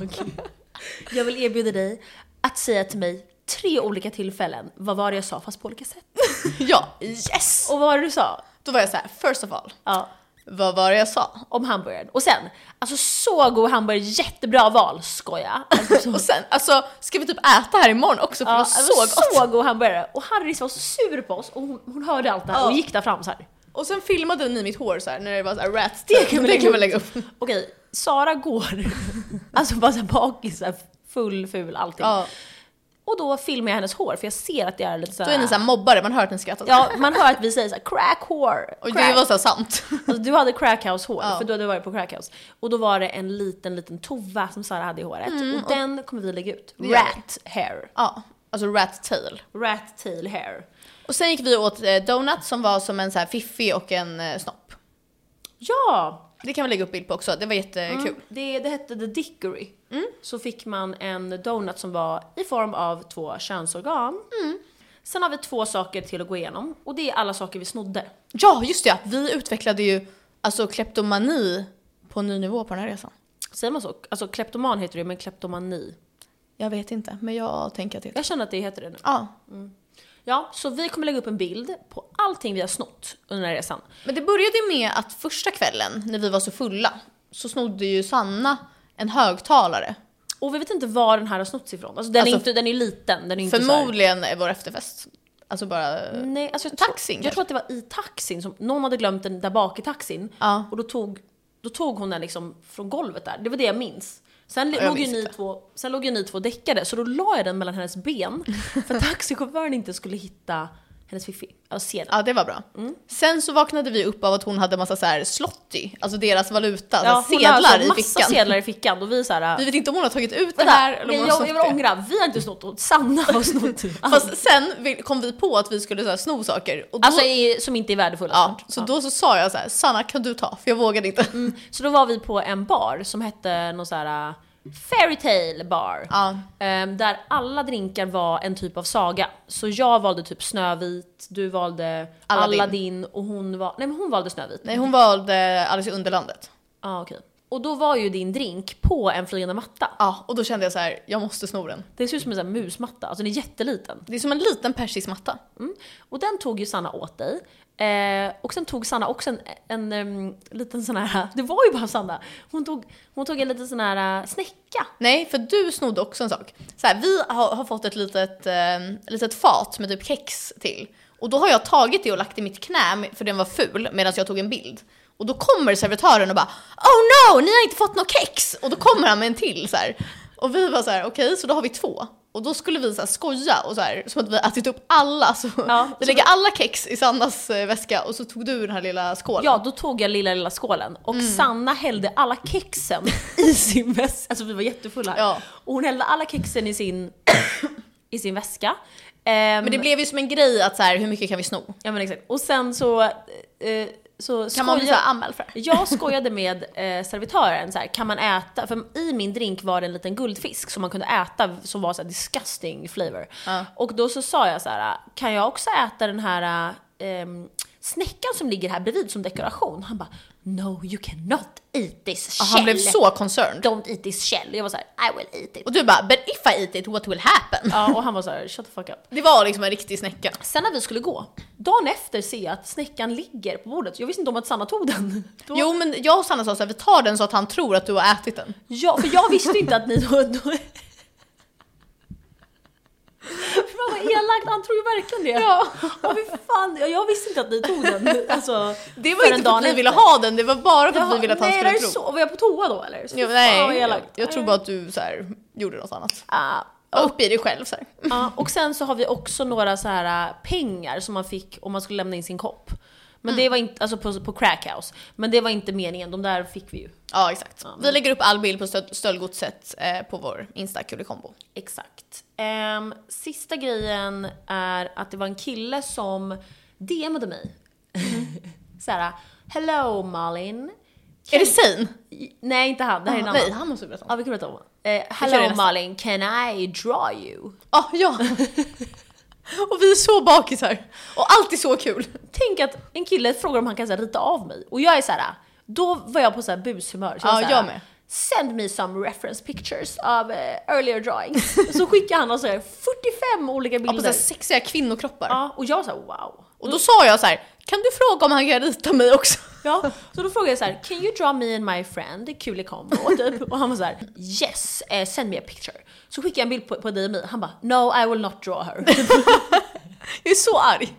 B: Jag vill erbjuda dig att säga till mig tre olika tillfällen vad var det jag sa fast på olika sätt.
A: Ja, yes!
B: Och vad var det du sa?
A: Då var jag så här, first of all,
B: Ja,
A: vad var det jag sa?
B: om hamburgaren. Och sen, alltså så god hamburgare, jättebra val, skoja. Alltså, så,
A: Och sen, alltså ska vi typ äta här imorgon också för
B: ja,
A: det var
B: alltså,
A: så gott?
B: så god hamburgare. Och Harris var så sur på oss och hon, hon hörde allt det här
A: Ja.
B: och gick där fram så här.
A: Och sen filmade ni mitt hår så här när det var så här rats typ.
B: Det kan vi lägga upp.
A: lägga upp.
B: Okej, Sara går, alltså bara såhär bakis, så här full, ful, allting.
A: Ja,
B: Och då filmar jag hennes hår för jag ser att det är lite såhär...
A: då är ni så här mobbare, man hör att ni skrattar.
B: Ja, man hör att vi säger såhär crack hår.
A: och det
B: crack."
A: var så här sant.
B: Alltså, du hade crackhouse hår
A: Ja.
B: för du hade varit på crackhouse. Och då var det en liten, liten tova som Sara hade i håret. och den kommer vi lägga ut.
A: Mm, Det gör vi.
B: Rat hair.
A: Ja, alltså rat tail.
B: Rat tail hair.
A: Och sen gick vi åt eh, donut som var som en så här fiffi och en eh, snopp.
B: Ja!
A: Det kan vi lägga upp bild på också, det var jättekul.
B: Det, det hette The Dickory. Så fick man en donut som var i form av två könsorgan. Sen har vi två saker till att gå igenom och det är alla saker vi snodde.
A: Ja, just det ja. Vi utvecklade ju alltså kleptomani på en ny nivå på den här resan.
B: Säger man så? Alltså kleptoman heter det men kleptomani.
A: Jag vet inte, men jag tänker att det
B: Jag känner att det heter det nu.
A: Ja.
B: Ja, så vi kommer lägga upp en bild på allting vi har snott under den här resan.
A: Men det började ju med att första kvällen, när vi var så fulla, så snodde ju Sanna en högtalare.
B: Och vi vet inte var den här har snotts ifrån. Alltså den
A: Alltså,
B: är inte, den är liten. Den är inte så här-
A: Förmodligen är vår efterfest. Alltså bara...
B: Nej, alltså jag
A: Taxin,
B: Tror, jag tror att det var i taxin, som, någon hade glömt den där bak i taxin.
A: Ja.
B: Och då tog, då tog hon den liksom från golvet där, det var det jag minns. Sen,
A: jag
B: låg, ju
A: minns
B: ni
A: inte.
B: två, sen låg ju ni två däckade, så då la jag den mellan hennes ben för att taxichauffören inte skulle hitta hennes fiffi. Ja, se den.
A: Ja, det var bra.
B: Mm.
A: Sen så vaknade vi upp av att hon hade massa så här slotty, alltså deras valuta, så här
B: hon
A: sedlar
B: har alltså
A: i
B: massa
A: fickan.
B: sedlar i fickan och vi såhär...
A: Vi
B: Vi,
A: vet inte om hon har tagit ut det
B: vänta,
A: här
B: nej,
A: eller om hon
B: jag,
A: har
B: jag
A: snott
B: vill
A: det.
B: ångra, vi har inte snott något, Sanna har snott allt.
A: Fast sen vill- kom vi på att vi skulle så här sno saker. Och då,
B: Alltså i- som inte är värdefulla.
A: ja,
B: såklart.
A: så då så sa jag så här, Sanna kan du ta? För jag vågade inte.
B: Så då var vi på en bar som hette någon så här äh, Fairytale bar.
A: Ja.
B: Ehm, där alla drinkar var en typ av saga. Så jag valde typ Snövit, du valde
A: Aladdin.
B: Aladdin, och hon, var, nej, men hon valde Snövit.
A: Nej, hon valde Alice i Underlandet.
B: Ja, okej. Och då var ju din drink på en flygande matta.
A: Ja, och då kände jag så här, jag måste sno den.
B: Det ser ut som en sån här musmatta, alltså den är jätteliten.
A: Det är som en liten persisk matta.
B: Och den tog ju Sanna åt dig. Eh, och sen tog Sanna också en, en, em, liten sån här, det var ju bara Sanna. Hon tog, hon tog en liten sån här eh, snäcka.
A: Nej, för du snodde också en sak. Så här, vi har, har fått ett litet, eh, litet fat med typ kex till. Och då har jag tagit det och lagt i mitt knä för den var ful medan jag tog en bild. Och då kommer servitören och bara “Oh no, ni har inte fått något kex!” Och då kommer han med en till så här. Och vi var så här: okej, så då har vi två. Och då skulle vi så här skoja och så här, som att vi ätit upp alla. Så
B: Ja,
A: vi
B: så-
A: lägger alla kex i Sannas eh, väska och så tog du den här lilla skålen.
B: Ja, då tog jag lilla lilla skålen och
A: Mm.
B: Sanna hällde alla kexen i sin väska. Alltså vi var jättefulla.
A: Ja.
B: Och hon hällde alla kexen i sin, i sin väska. Ehm,
A: Men det blev ju som en grej att så här, hur mycket kan vi sno?
B: Ja men exakt. Och sen så... Eh, så
A: Kan man bli så
B: skojar-
A: här anmäld för det?
B: Jag skojade med eh, servitören så här, kan man äta, för i min drink var det en liten guldfisk som man kunde äta som var så här disgusting flavor.
A: Ja.
B: Och då så sa jag så här, kan jag också äta den här ehm, snäckan som ligger här bredvid som dekoration? Han bara, no you cannot eat this
A: Ja,
B: shell.
A: han blev så concerned.
B: Don't eat this shell. Jag var så här, I will eat it.
A: Och du bara “but if I eat it, what will happen?”
B: Ja, och han var så här, shut the fuck up.
A: Det var liksom en riktig snäcka.
B: Sen när vi skulle gå, dagen efter ser jag att snäckan ligger på bordet. Jag visste inte om att Sanna tog den. Då,
A: Jo men jag och Sanna sa såhär, vi tar den så att han tror att du har ätit den.
B: Ja, för jag visste inte att ni... Då, då, Fy fan vad elakt, han tror ju verkligen det.
A: Ja.
B: Och fy fan, jag, jag visste inte att ni tog den. Alltså,
A: Det var
B: förrän
A: inte för att
B: dagen
A: vi ville
B: efter.
A: ha den, det var bara för att vi ville att han
B: nej,
A: skulle
B: det är
A: tro.
B: Så, var jag på toa då eller? Så,
A: Jo,
B: fy fan vad
A: nej, jag,
B: elakt. Mm.
A: tror bara att du så här, gjorde något annat.
B: Ah,
A: Var uppe i dig själv så här.
B: Ja, och sen så har vi också några så här äh, pengar som man fick om man skulle lämna in sin kopp. Men
A: Mm.
B: det var inte, alltså på, på Crackhouse. Men det var inte meningen, de där fick vi ju.
A: Ja exakt.
B: Ja, men-
A: Vi lägger upp all bild på stöld, stöldgodset eh, på vår insta kulikombo.
B: Exakt. Ehm, sista grejen är att det var en kille som DMade mig. så här, hello Malin.
A: Är det Sein?
B: Nej inte han, det här är en
A: Ah, nej,
B: annan.
A: han måste vi berätta om.
B: Ja vi kan prata om. Eh,
A: kör det
B: hello
A: nästa.
B: Malin, can I draw you?
A: Ah, ja. och vi är så bakisar. Och allt är så kul.
B: Tänk att en kille frågar om han kan så här, rita av mig och jag är så här. Då var jag på så här, bushumör. Så
A: Ja,
B: så här,
A: jag med.
B: Send me some reference pictures of eh, earlier drawings. så skickade han så här, 45 olika
A: Ja, på så
B: bilder.
A: här sexiga kvinnokroppar.
B: Ja, och jag var så här, wow.
A: Och då sa jag så här: kan du fråga om han kan rita mig också?
B: Ja, så då frågade jag så här: “Can you draw me and my friend?” Kul combo typ. Och han var så här: “Yes, eh, send me a picture”. Så skickade jag en bild på, på dig och mig. Han bara “No, I will not draw her”.
A: Jag är så arg.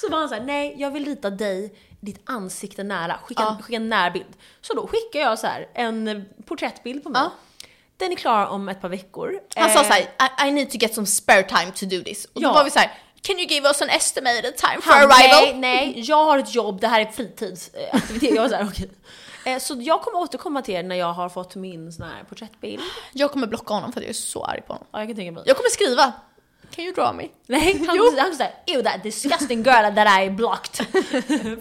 B: Så var han så här: “Nej, jag vill rita dig, ditt ansikte nära. Skicka,
A: Ja.
B: skicka en närbild”. Så då skickade jag så här en eh, porträttbild på mig.
A: Ja.
B: Den är klar om ett par veckor.
A: Han sa
B: Eh,
A: så här, I, I need to get some spare time to do this. Och
B: Ja.
A: då var vi så här, can you give us an estimated time for
B: Han,
A: arrival?
B: nej, nej, jag har ett jobb, det här är fritidsaktivitet. Jag var såhär, okej. Eh, Så jag kommer återkomma till er när jag har fått min sån här porträttbild.
A: Jag kommer blocka honom för att jag är så arg på honom.
B: Ja, jag kan tänka mig.
A: Jag kommer skriva, can you draw me?
B: Nej, han, han sa såhär “Ew that disgusting girl that I blocked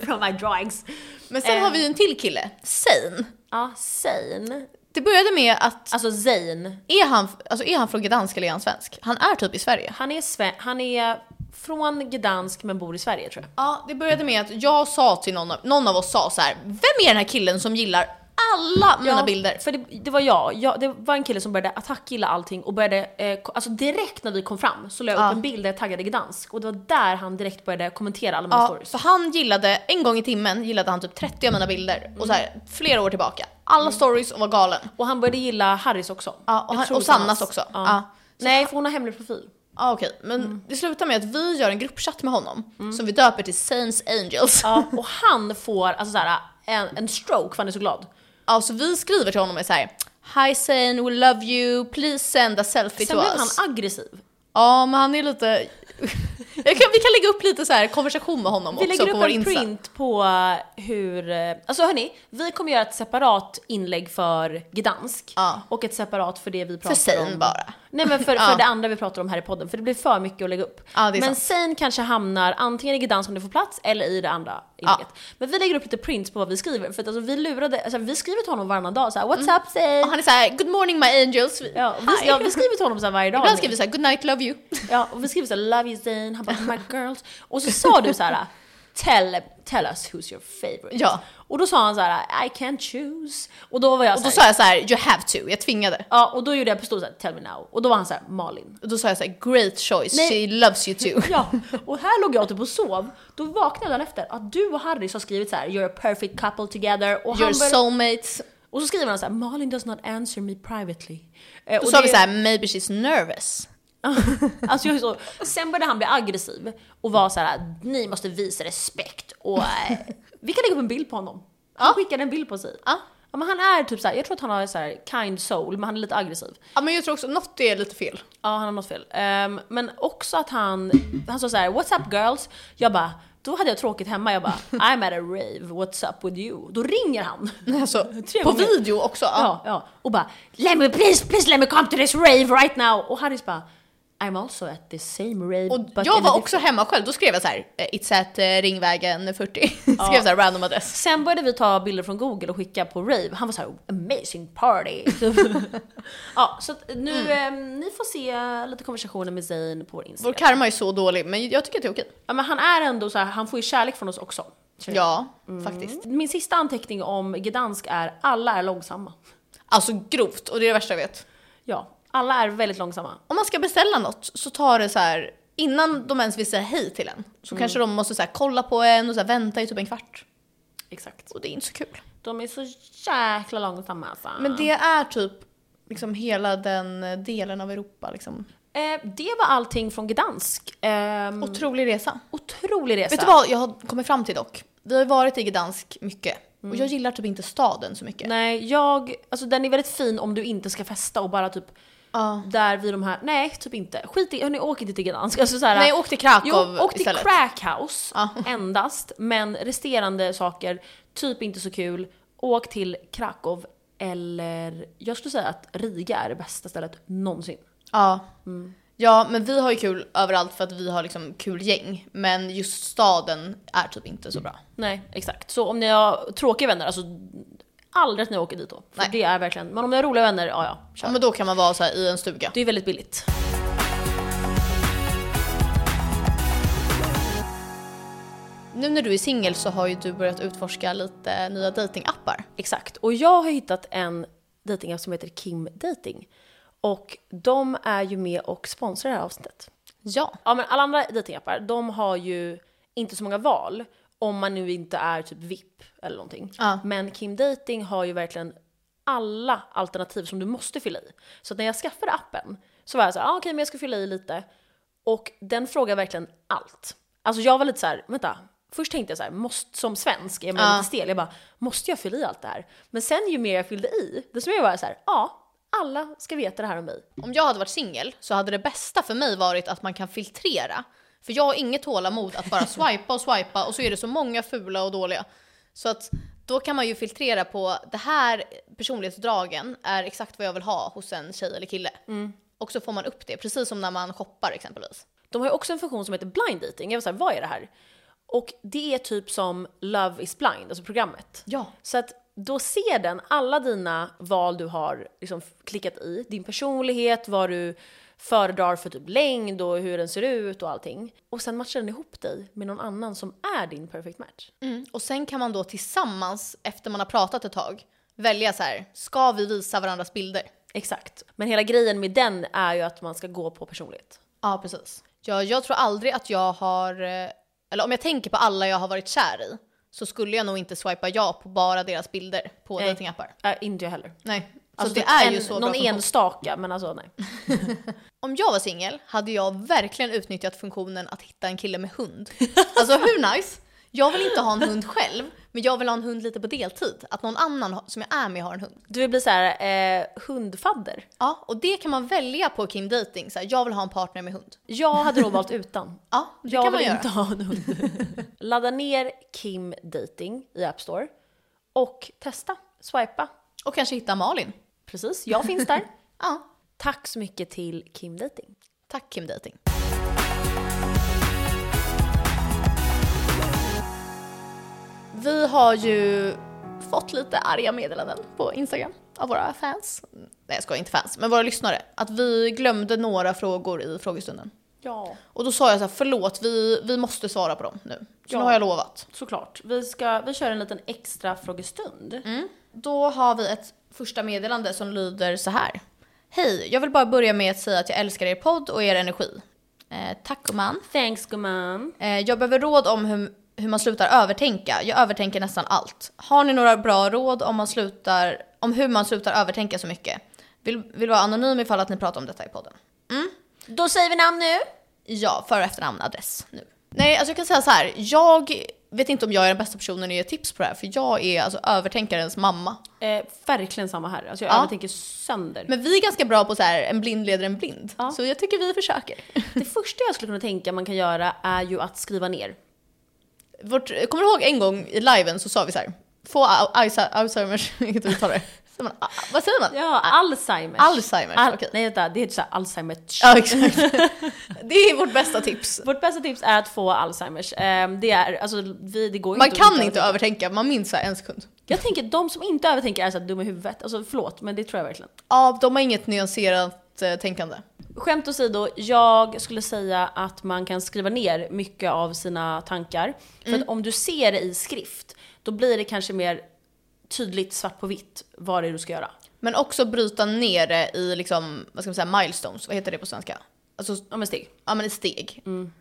B: from my drawings”.
A: Men sen har vi ju en till kille, Zayn.
B: Ja, Zayn.
A: Det började med att,
B: Alltså Zayn.
A: är han, alltså är han från Gdansk eller är han svensk? Han är typ i Sverige.
B: Han är, sve- han är från Gdansk men bor i Sverige tror jag.
A: Ja, det började med att jag sa till någon av, någon av oss sa så här, vem är den här killen som gillar alla mina
B: Ja,
A: bilder?
B: För det, det var jag. jag. Det var en kille som började attackgilla allting och började, eh, ko- alltså direkt när vi kom fram så la jag
A: Ja.
B: upp en bild där jag taggade Gdansk och det var där han direkt började kommentera alla mina
A: Ja,
B: stories.
A: för han gillade, en gång i timmen gillade han typ 30 av mina bilder. Och så
B: Mm.
A: här, flera år tillbaka. Alla stories och var galen.
B: Och han började gilla Harrys också.
A: Ja, och,
B: Jag
A: han,
B: tror
A: och
B: det var
A: Sannas också. Ja. Ja.
B: Nej, för hon har hemlig profil.
A: okej. Men
B: Mm.
A: det slutar med att vi gör en gruppchatt med honom som vi döper till Saints Angels. Ja.
B: Ja, och han får alltså såhär, en, en stroke för han är så glad.
A: så vi skriver till honom och säger Hi Sain, we love you, please send a selfie
B: Sen
A: to
B: blev
A: us.
B: han aggressiv.
A: Ja, men han är lite... Jag kan, vi kan lägga upp lite så här konversation med honom
B: Vi
A: också
B: lägger
A: på
B: upp
A: vår
B: en
A: Insta.
B: print på hur... eh, Alltså hörni, vi kommer göra ett separat inlägg för Gdansk
A: Ja.
B: och ett separat för det vi pratar
A: För Sain
B: om.
A: bara.
B: Nej men för,
A: Ja.
B: för det andra vi pratar om här i podden, för det blir för mycket att lägga upp.
A: Ja, det är
B: men
A: sant.
B: Sein kanske hamnar antingen i Gdansk om det får plats, eller i det andra inlägget. Men vi lägger upp lite prints på vad vi skriver, för att alltså, vi lurade, alltså, vi skriver till honom varannan dag såhär “What's up Sein?”
A: Mm. Och han är så här, good morning my angels.
B: ja, vi,
A: Hi.
B: ja, vi skriver till honom såhär varje dag.
A: Ibland
B: nu.
A: skriver vi så här, good night, love you.
B: Ja, och vi skrev såhär “Love you Zayn”, han bara “My girls”. Och så sa du såhär tell, tell us who's your favorite.
A: Ja.
B: Och då sa han så här: I can't choose. Och då var jag
A: Och
B: så
A: då
B: här,
A: sa jag så här: you have to, jag tvingade.
B: ja, och då gjorde jag på stor så här, tell me now. Och då var han så här, Malin.
A: Och då sa jag så här: great choice,
B: Nej.
A: she loves you too.
B: Ja, och här låg jag typ och sov. Då vaknade jag dagen efter att du och Harris har skrivit så här: you're a perfect couple together. Och, han
A: Your
B: började-
A: soulmates.
B: och så skriver han så här: Malin does not answer me privately. Eh,
A: Då
B: och
A: sa
B: det-
A: vi så här: maybe she's nervous.
B: Alltså jag är så, sen började han bli aggressiv och var så här: ni måste visa respekt. Och, eh, vi kan lägga upp en bild på honom. Han skickade en bild på sig.
A: Ja.
B: Ja, men han är typ så här, jag tror att han har så här kind soul, men han är lite aggressiv.
A: Ja men jag tror också något är lite fel.
B: Ja, han har något fel. Ehm, men också att han, han sa så här: “What's up girls?” Jag bara, då hade jag tråkigt hemma. Jag bara, “I'm at a rave, what's up with you?” Då ringer han.
A: Alltså,
B: Tre
A: på
B: gånger.
A: video också. Ja.
B: Ja, ja. Och bara “Let me please, please let me come to this rave right now” och Harris bara “I'm also at the same rave
A: Och
B: but in a
A: jag var
B: different
A: också hemma själv, då skrev jag så här: eh, it's at eh, Ringvägen 40. skrev så här random adress.
B: Sen började vi ta bilder från Google och skicka på rave. Han var så här “amazing party”. Typ. ja, så att nu,
A: Mm.
B: eh, ni får se lite konversationer med Zayn på vår
A: Vår
B: Instagram.
A: karma är så dålig, men jag tycker att det är okej.
B: Ja, men han är ändå så här, han får ju kärlek från oss också. känner jag.
A: Ja, faktiskt.
B: Min sista anteckning om Gdansk är alla är långsamma.
A: Alltså grovt, och det är det värsta jag vet.
B: Ja, alla är väldigt långsamma.
A: Om man ska beställa något så tar det så här innan de ens vill säga hej till en så kanske de måste så här kolla på en och så här vänta i typ en kvart.
B: Exakt.
A: Och det är inte så kul.
B: De är så jäkla långsamma alltså.
A: Men det är typ liksom hela den delen av Europa liksom.
B: eh, det var allting från Gdansk. Ehm,
A: Otrolig resa.
B: otrolig resa.
A: Vet du vad jag har kommit fram till dock? Vi har ju varit i Gdansk mycket och jag gillar typ inte staden så mycket.
B: Nej, jag, alltså den är väldigt fin om du inte ska festa och bara typ
A: Ja.
B: där vid de här, nej typ inte. Skit i, hörni åk inte till Gdansk. Alltså såhär,
A: Nej, åk till
B: jo,
A: Krakow
B: åk till
A: istället.
B: Crackhouse
A: Ja.
B: endast, men resterande saker, typ inte så kul. Åk till Krakow eller jag skulle säga att Riga är det bästa stället någonsin.
A: ja. Mm. ja, men vi har ju kul överallt för att vi har liksom kul gäng. Men just staden är typ inte så bra.
B: Nej, exakt. Så om ni har tråkiga vänner, alltså aldrig att ni åker dit då. För
A: Nej.
B: det är verkligen, men om ni har roliga vänner, ja ja, kör.
A: Ja, men då kan man vara så här i en stuga.
B: Det är väldigt billigt.
A: Nu när du är singel så har ju du börjat utforska lite nya datingappar.
B: Exakt. Och jag har hittat en datingapp som heter Kim Dating. Och de är ju med och sponsrar det här avsnittet.
A: Ja.
B: Ja men alla andra datingappar, de har ju inte så många val om man nu inte är typ VIP eller någonting.
A: Ja.
B: Men Kim Dating har ju verkligen alla alternativ som du måste fylla i. Så att när jag skaffade appen så var jag så här, ah, okej men jag ska fylla i lite. Och den frågar verkligen allt. Alltså jag var lite så här, vänta. Först tänkte jag så här, måste, som svensk är man
A: Ja.
B: lite stel. Jag bara, måste jag fylla i allt det här? Men sen ju mer jag fyllde i, desto mer var jag så här, ja, alla ska veta det här om mig.
A: Om jag hade varit singel så hade det bästa för mig varit att man kan filtrera. För jag har inget tålamod att bara swipa och swipa och så är det så många fula och dåliga. Så att då kan man ju filtrera på det här personlighetsdragen är exakt vad jag vill ha hos en tjej eller kille. Och så får man upp det, precis som när man shoppar exempelvis.
B: De har ju också en funktion som heter blind dating. Jag var såhär, vad är det här? Och det är typ som Love is blind, alltså programmet.
A: Ja.
B: Så att då ser den alla dina val du har liksom klickat i, din personlighet, vad du föredrar för typ längd och hur den ser ut och allting. Och sen matchar den ihop dig med någon annan som är din perfect match.
A: Mm. Och sen kan man då tillsammans, efter man har pratat ett tag, välja så här, ska vi visa varandras bilder?
B: Exakt. Men hela grejen med den är ju att man ska gå på personlighet.
A: Ja, precis. Jag, jag tror aldrig att jag har, eh, eller om jag tänker på alla jag har varit kär i, så skulle jag nog inte swipa ja på bara deras bilder på
B: Nej.
A: datingappar.
B: Äh, inte jag heller.
A: Nej. Så
B: Alltså
A: det
B: typ
A: är
B: en,
A: ju så bra
B: Någon
A: funktion.
B: enstaka, men alltså nej.
A: Om jag var singel hade jag verkligen utnyttjat funktionen att hitta en kille med hund. Alltså hur nice? Jag vill inte ha en hund själv, men jag vill ha en hund lite på deltid. Att någon annan ha- som jag är med har en hund.
B: Du vill bli såhär eh, hundfadder.
A: Ja, och det kan man välja på Kim Dating. Så här, jag vill ha en partner med hund.
B: Jag hade nog valt utan.
A: Ja, det
B: jag
A: kan man
B: vill
A: göra.
B: inte ha en hund. Ladda ner Kim Dating i App Store och testa, swipa.
A: Och kanske hitta Malin.
B: Precis, jag finns där.
A: Ja,
B: Tack så mycket till Kim Dating.
A: tack Kim Dating. Vi har ju fått lite arga meddelanden på Instagram av våra fans. Nej jag ska inte fans, men våra lyssnare. Att vi glömde några frågor i frågestunden.
B: Ja.
A: Och då sa jag så här, förlåt vi, vi måste svara på dem nu. Så
B: Ja.
A: nu har jag lovat.
B: Såklart. Vi, ska, vi kör en liten extra frågestund.
A: Då har vi ett första meddelande som lyder så här. Hej, jag vill bara börja med att säga att jag älskar er podd och er energi. Eh, tack gumman.
B: Thanks gumman.
A: Eh, jag behöver råd om hur, hur man slutar övertänka. Jag övertänker nästan allt. Har ni några bra råd om, man slutar, om hur man slutar övertänka så mycket? Vill, vill vara anonym ifall att ni pratar om detta i podden. Mm.
B: Då säger vi namn nu.
A: Ja, för och efternamn, adress nu. Nej, alltså jag kan säga så här. Jag vet inte om jag är den bästa personen att ge tips på det här, för jag är alltså övertänkarens mamma.
B: Eh, verkligen samma här. Alltså jag
A: Ja.
B: övertänker sönder.
A: Men vi är ganska bra på så här, en blind leder en blind.
B: Ja.
A: Så jag tycker vi försöker.
B: det första jag skulle kunna tänka man kan göra är ju att skriva ner.
A: Vårt, jag kommer ihåg en gång i liven så sa vi så här, få au- ausa- Alzheimers, vilket uttal är det? Så man, ah, Vad säger man?
B: Ja, Alzheimers.
A: Alzheimers,
B: Al-
A: okej.
B: Nej vänta, det heter såhär Alzheimers.
A: Ja, exakt. Det är vårt bästa tips.
B: Vårt bästa tips är att få Alzheimers. Eh, det, är, alltså, vi, det går ju
A: Man
B: inte att
A: kan inte övertänka, man minns så här en sekund.
B: Jag tänker de som inte övertänker är så här dumma i huvudet. Alltså förlåt, men det tror jag verkligen.
A: Ja, de har inget nyanserat eh, tänkande.
B: Skämt åsido, jag skulle säga att man kan skriva ner mycket av sina tankar.
A: Mm.
B: För att om du ser det i skrift, då blir det kanske mer tydligt svart på vitt vad det är du ska göra.
A: Men också bryta ner det i liksom, vad ska man säga, milestones, vad heter det på svenska? Alltså,
B: Ja men steg.
A: ja men i steg.
B: Mm.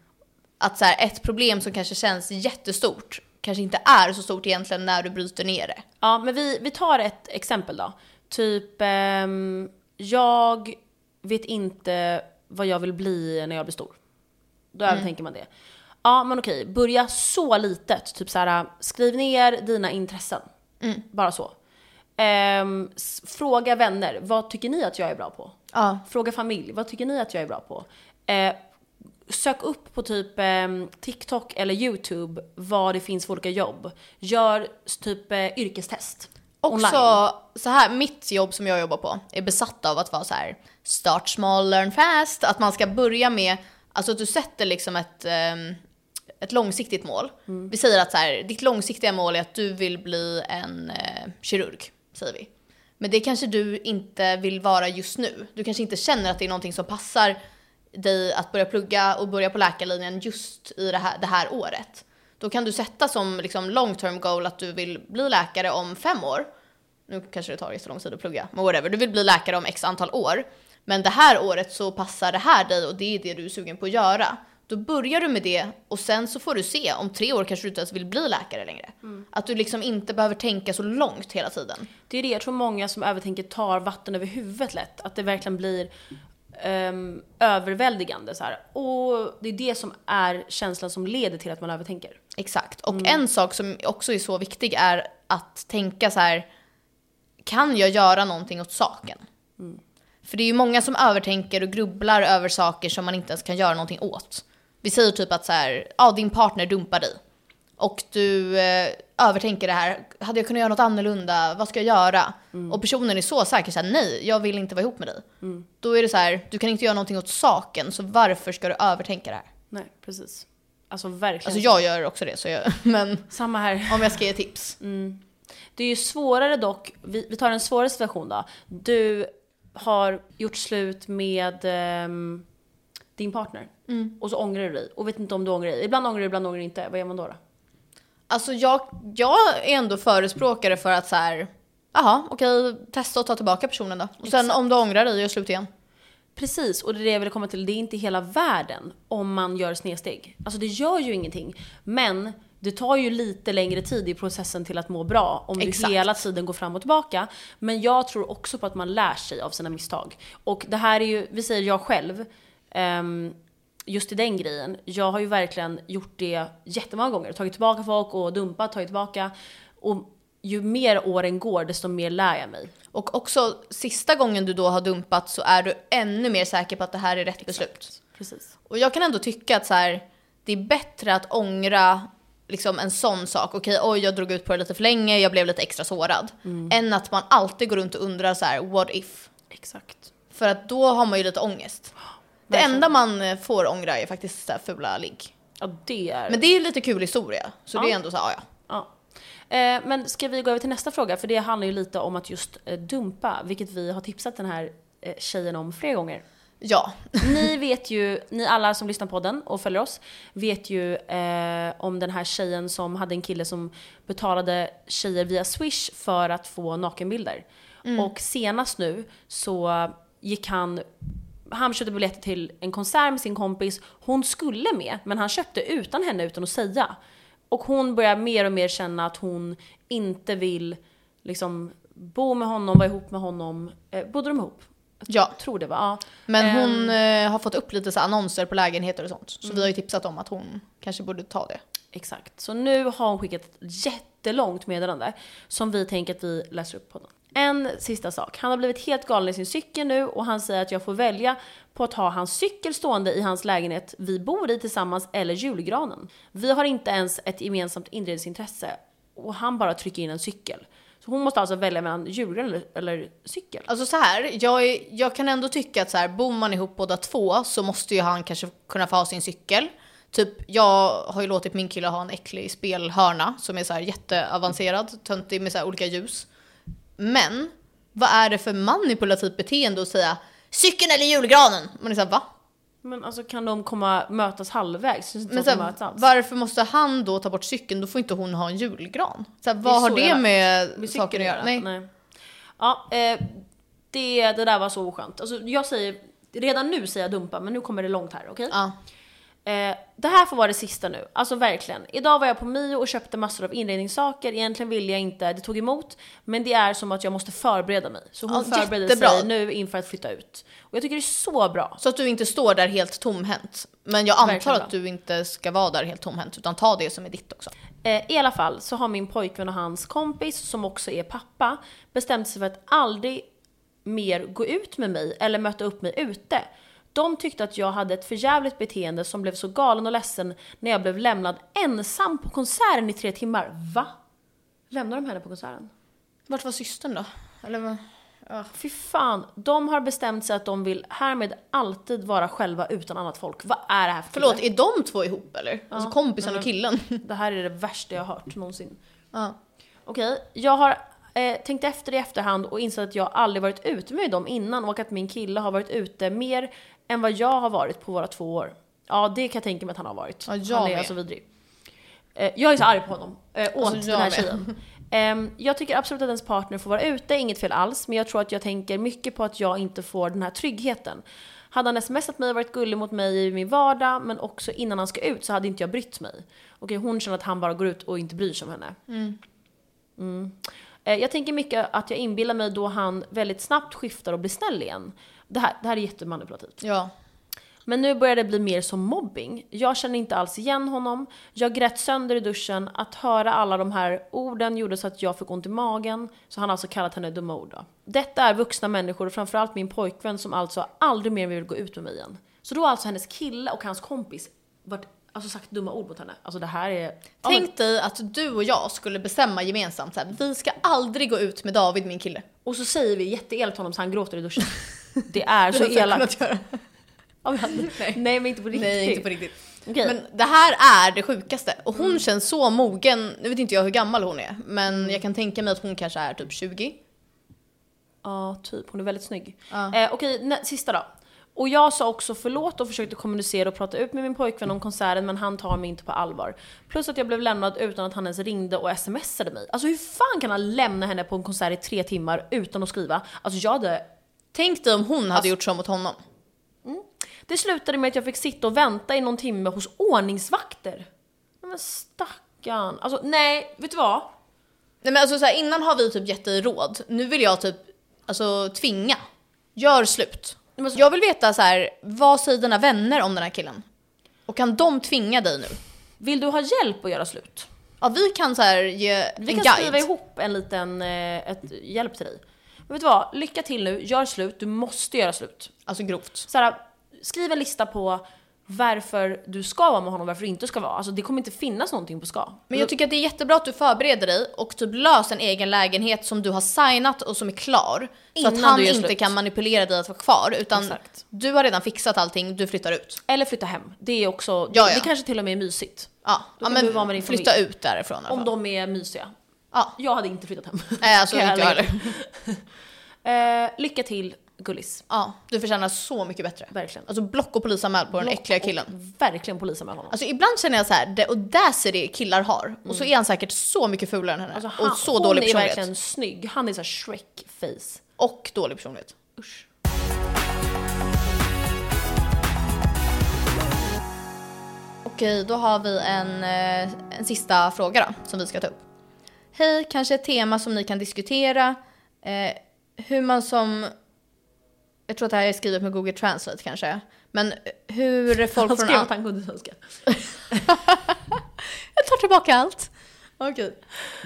A: Att så här, ett problem som kanske känns jättestort kanske inte är så stort egentligen när du bryter ner det.
B: Ja men vi, vi tar ett exempel då. Typ, ehm, jag vet inte vad jag vill bli när jag blir stor. Då övertänker man det. Ja men okej, börja så litet. Typ så här, skriv ner dina intressen. Bara så. Ehm, s- fråga vänner, vad tycker ni att jag är bra på?
A: Ja.
B: Fråga familj, vad tycker ni att jag är bra på? Eh, sök upp på typ ehm, TikTok eller YouTube vad det finns för olika jobb. Gör s- typ eh, yrkestest.
A: Också så här, mitt jobb som jag jobbar på är besatt av att vara så här start small, learn fast. Att man ska börja med, alltså att du sätter liksom ett, ehm, ett långsiktigt mål. Vi säger att så här, ditt långsiktiga mål är att du vill bli en eh, kirurg, säger vi. Men det kanske du inte vill vara just nu. Du kanske inte känner att det är någonting som passar dig att börja plugga och börja på läkarlinjen just i det här, det här året. Då kan du sätta som liksom long term goal att du vill bli läkare om fem år. Nu kanske det tar jättelång tid att plugga, men whatever. Du vill bli läkare om x antal år. Men det här året så passar det här dig och det är det du är sugen på att göra. Då börjar du med det och sen så får du se, om tre år kanske du inte ens vill bli läkare längre. Att du liksom inte behöver tänka så långt hela tiden.
B: Det är det jag tror många som övertänker tar vatten över huvudet lätt. Att det verkligen blir ehm, överväldigande. Så här. Och det är det som är känslan som leder till att man övertänker.
A: Exakt. Och en sak som också är så viktig är att tänka så här, kan jag göra någonting åt saken? För det är ju många som övertänker och grubblar över saker som man inte ens kan göra någonting åt. Vi säger typ att så här, ja din partner dumpar dig. Och du eh, övertänker det här, hade jag kunnat göra något annorlunda, vad ska jag göra? Och personen är så säker, så här, nej jag vill inte vara ihop med dig. Då är det så här, du kan inte göra någonting åt saken, så varför ska du övertänka det här?
B: Nej, precis. Alltså verkligen.
A: Alltså jag gör också det, så jag, men
B: Samma här.
A: om jag ska ge tips.
B: Det är ju svårare dock, vi, vi tar en svårare situation då. Du har gjort slut med ehm, din partner och så ångrar du dig och vet inte om du ångrar dig. Ibland ångrar du, ibland ångrar du inte. Vad gör man då? då?
A: Alltså jag, jag är ändå förespråkare för att så här, jaha okej, testa och ta tillbaka personen då. Och sen om du ångrar dig, gör slut igen.
B: Precis, och det är det jag vill komma till. Det är inte hela världen om man gör snedsteg. Alltså det gör ju ingenting. Men det tar ju lite längre tid i processen till att må bra om
A: Exakt.
B: du hela tiden går fram och tillbaka. Men jag tror också på att man lär sig av sina misstag. Och det här är ju, vi säger jag själv, ehm, just i den grejen. Jag har ju verkligen gjort det jättemånga gånger. Tagit tillbaka folk och dumpat, tagit tillbaka. Och ju mer åren går desto mer lär jag mig.
A: Och också sista gången du då har dumpat så är du ännu mer säker på att det här är rätt beslut.
B: Precis.
A: Och jag kan ändå tycka att så här, det är bättre att ångra liksom en sån sak. Okej, oj jag drog ut på det lite för länge, jag blev lite extra sårad. Än att man alltid går runt och undrar så här, what if?
B: Exakt.
A: För att då har man ju lite ångest. Det
B: Verkligen.
A: enda man eh, får ångra är faktiskt så här fula ligg.
B: Ja det är...
A: Men det är ju lite kul historia. Så det är
B: Ja.
A: ändå så här, ja.
B: Ja. Eh, Men ska vi gå över till nästa fråga? För det handlar ju lite om att just eh, dumpa, vilket vi har tipsat den här eh, tjejen om flera gånger.
A: Ja.
B: Ni vet ju, ni alla som lyssnar på podden och följer oss, vet ju eh, om den här tjejen som hade en kille som betalade tjejer via swish för att få nakenbilder. Och senast nu så gick han, han köpte biljetter till en konsert med sin kompis, hon skulle med men han köpte utan henne utan att säga. Och hon börjar mer och mer känna att hon inte vill liksom bo med honom, vara ihop med honom. Eh, bodde de ihop?
A: Ja.
B: Jag tror det var, ja.
A: Men
B: Ehm.
A: hon eh, har fått upp lite så här annonser på lägenheter och sånt. Så vi har ju tipsat om att hon kanske borde ta det.
B: Exakt. Så nu har hon skickat ett jättelångt meddelande som vi tänker att vi läser upp på den. En sista sak. Han har blivit helt galen i sin cykel nu och han säger att jag får välja på att ha hans cykel stående i hans lägenhet vi bor i tillsammans eller julgranen. Vi har inte ens ett gemensamt inredningsintresse och han bara trycker in en cykel. Så hon måste alltså välja mellan julgran eller, eller cykel.
A: Alltså så här, jag, är- jag kan ändå tycka att så här, bor man ihop båda två så måste ju han kanske kunna få ha sin cykel. Typ, jag har ju låtit min kille ha en äcklig spelhörna som är så här jätteavancerad, töntig med så här olika ljus. Men, vad är det för manipulativt beteende att säga cykeln eller julgranen? Man är såhär va?
B: Men alltså kan de komma mötas halvvägs? Känns inte
A: Men
B: som
A: så
B: att de möts
A: här,
B: alls.
A: varför måste han då ta bort cykeln? Då får inte hon ha en julgran. Så här,
B: Det är
A: vad har
B: så
A: det
B: jävla-
A: med,
B: Med cykeln
A: saker att göra? Nej.
B: Nej. Ja, eh, det, det där var så oskönt. Alltså, jag säger, redan nu säger jag dumpa, men nu kommer det långt här, okej?
A: Ja.
B: Eh, det här får vara det sista nu, alltså verkligen. Idag var jag på Mio och köpte massor av inredningssaker, egentligen ville jag inte, det tog emot. Men det är som att jag måste förbereda mig. Så hon
A: Ja,
B: förbereder
A: jättebra.
B: sig nu inför att flytta ut. Och jag tycker det är så bra.
A: Så att du inte står där helt tomhänt. Men jag antar
B: Verkligen
A: att du inte ska vara där helt tomhänt utan ta det som är ditt också.
B: Eh, I alla fall så har min pojkvän och hans kompis, som också är pappa, bestämt sig för att aldrig mer gå ut med mig eller möta upp mig ute. De tyckte att jag hade ett förjävligt beteende som blev så galen och ledsen när jag blev lämnad ensam på konserten i tre timmar. Va? Lämnar de henne på konserten?
A: Vart var systern då? Eller vad?
B: Fy fan, de har bestämt sig att de vill härmed alltid vara själva utan annat folk. Vad är det här för
A: Förlåt,
B: kille?
A: är de två ihop eller? Alltså kompisen och killen?
B: Det här är det värsta jag har hört någonsin.
A: ja.
B: Okej, jag har eh, tänkt efter i efterhand och insett att jag aldrig varit ute med dem innan och att min kille har varit ute mer än vad jag har varit på våra två år. Ja, det kan jag tänka mig att han har varit.
A: Ja, jag
B: han är
A: med.
B: alltså vidrig. Eh, jag är så arg på honom. Eh, åt
A: Alltså, jag
B: den här
A: med.
B: tjejen. Ehm, jag tycker absolut att ens partner får vara ute, inget fel alls. Men jag tror att jag tänker mycket på att jag inte får den här tryggheten. Hade han smsat mig och varit gullig mot mig i min vardag, men också innan han ska ut så hade inte jag brytt mig. Okej, hon känner att han bara går ut och inte bryr sig om henne.
A: Mm.
B: Eh, Jag tänker mycket att jag inbillar mig då han väldigt snabbt skiftar och blir snäll igen. Det här, det här är jättemanipulativt.
A: ja.
B: Men nu börjar det bli mer som mobbing. Jag känner inte alls igen honom. Jag grät sönder i duschen. Att höra alla de här orden gjorde så att jag fick ont i magen. Så han har alltså kallat henne dumma ord då. Detta är vuxna människor och framförallt min pojkvän som alltså aldrig mer vill gå ut med mig igen. Så då har alltså hennes kille och hans kompis varit, alltså sagt dumma ord mot henne. Alltså det här är... Ja, men-
A: Tänk dig att du och jag skulle bestämma gemensamt så här, vi ska aldrig gå ut med David, min kille.
B: Och så säger vi jätteelakt honom så han gråter i duschen. Det är så
A: hade jag
B: elakt.
A: kunnat göra.
B: Ja, men- Nej. men inte på riktigt.
A: Nej, inte på riktigt.
B: Okej.
A: Men det här är det sjukaste. Och hon känns så mogen. Nu vet inte jag hur gammal hon är, men jag kan tänka mig att hon kanske är typ 20.
B: Ja, typ. Hon är väldigt snygg.
A: Ja.
B: Eh, Okej, nä- sista då. Och jag sa också förlåt och försökte kommunicera och prata ut med min pojkvän om konserten men han tar mig inte på allvar. Plus att jag blev lämnad utan att han ens ringde och smsade mig. Alltså hur fan kan han lämna henne på en konsert i tre timmar utan att skriva? Alltså jag hade
A: Tänk dig om hon hade gjort så mot honom.
B: Det slutade med att jag fick sitta och vänta i någon timme hos ordningsvakter. Nej, Men stackarn. Alltså nej, vet du vad?
A: Nej men alltså så här, innan har vi typ gett dig råd. Nu vill jag typ alltså, tvinga. Gör slut.
B: Men så-
A: Jag vill veta så här, vad säger dina vänner om den här killen? Och kan de tvinga dig nu?
B: Vill du ha hjälp att göra slut?
A: Ja vi kan så här ge
B: Vi
A: en
B: kan
A: guide.
B: skriva ihop en liten eh, ett hjälp till dig. Men vet du vad? Lycka till nu, gör slut. Du måste göra slut.
A: Alltså grovt.
B: Så här, skriv en lista på varför du ska vara med honom och varför du inte ska vara. Alltså det kommer inte finnas någonting på ska.
A: Men jag tycker att det är jättebra att du förbereder dig och typ lös en egen lägenhet som du har signat och som är klar. så
B: Innan
A: att han
B: du gör
A: inte
B: slut.
A: kan manipulera dig att vara kvar utan
B: Exakt.
A: du har redan fixat allting, du flyttar ut.
B: Eller flytta hem. Det är också,
A: Ja,
B: det,
A: ja.
B: det kanske till och med är mysigt.
A: Ja, ja
B: kan du vara med
A: men
B: din
A: flytta ut därifrån i alla
B: Om
A: fall.
B: de är mysiga.
A: Ja.
B: Jag hade inte flyttat hem.
A: Nej alltså
B: Kan
A: inte
B: jag
A: jag heller.
B: Eh, lycka till, gullis.
A: Ja, du förtjänar så mycket bättre.
B: Verkligen.
A: Alltså block och polisanmäl på den
B: Block
A: äckliga
B: och
A: killen.
B: Verkligen polisanmäl honom.
A: Alltså ibland känner jag så här, the audacity killar har. Och så är han säkert så mycket fulare än henne.
B: Mm. Alltså,
A: och så
B: hon
A: dålig
B: är
A: personlighet.
B: verkligen snygg. Han är såhär Shrek-face.
A: Och dålig personlighet.
B: Usch.
A: Okej, då har vi en, eh, en sista fråga då, som vi ska ta upp. Hej, kanske ett tema som ni kan diskutera. Eh, hur man som... Jag tror att det här är skrivet med Google Translate kanske. Men hur folk
B: Han
A: från...
B: skrev att han kunde svenska.
A: Jag tar tillbaka allt. Okej.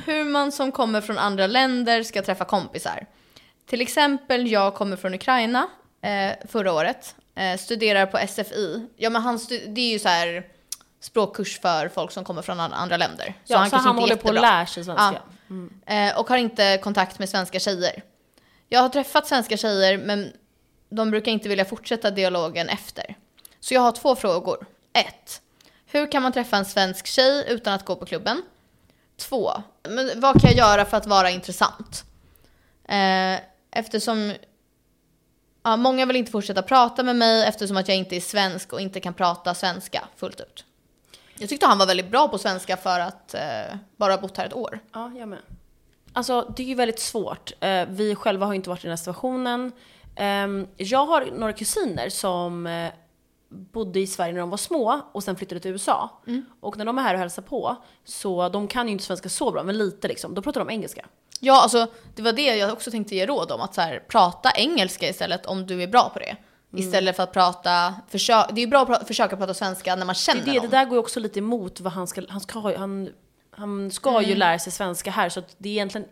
A: Hur man som kommer från andra länder ska träffa kompisar. Till exempel, jag kommer från Ukraina eh, förra året. Eh, studerar på SFI. Ja, men han stu- det är ju så här språkkurs för folk som kommer från an- andra länder.
B: Så ja, han, så
A: kanske
B: han
A: inte är
B: håller på att
A: jättebra.
B: lära sig svenska. Mm.
A: Eh, och har inte kontakt med svenska tjejer. Jag har träffat svenska tjejer men de brukar inte vilja fortsätta dialogen efter. Så jag har två frågor. 1. Hur kan man träffa en svensk tjej utan att gå på klubben? 2. Men vad kan jag göra för att vara intressant? Eh, eftersom ja, många vill inte fortsätta prata med mig eftersom att jag inte är svensk och inte kan prata svenska fullt ut. Jag tyckte han var väldigt bra på svenska för att eh, bara ha bott här ett år.
B: Ja, jag med. Alltså det är ju väldigt svårt. Eh, Vi själva har ju inte varit i den här situationen. Ehm, Jag har några kusiner som eh, bodde i Sverige när de var små och sen flyttade till USA. Och när de är här och hälsar på, så de kan ju inte svenska så bra, men lite liksom. Då pratar de engelska.
A: Ja, alltså det var det jag också tänkte ge råd om. Att så här, prata engelska istället om du är bra på det.
B: Mm.
A: Istället för att prata, försö- det är ju bra att pra- försöka prata svenska när man
B: Det,
A: känner
B: är det, det
A: någon.
B: där går ju också lite emot vad han ska, han ska, ju- han, han ska ju
A: Mm.
B: lära sig svenska här så att det är egentligen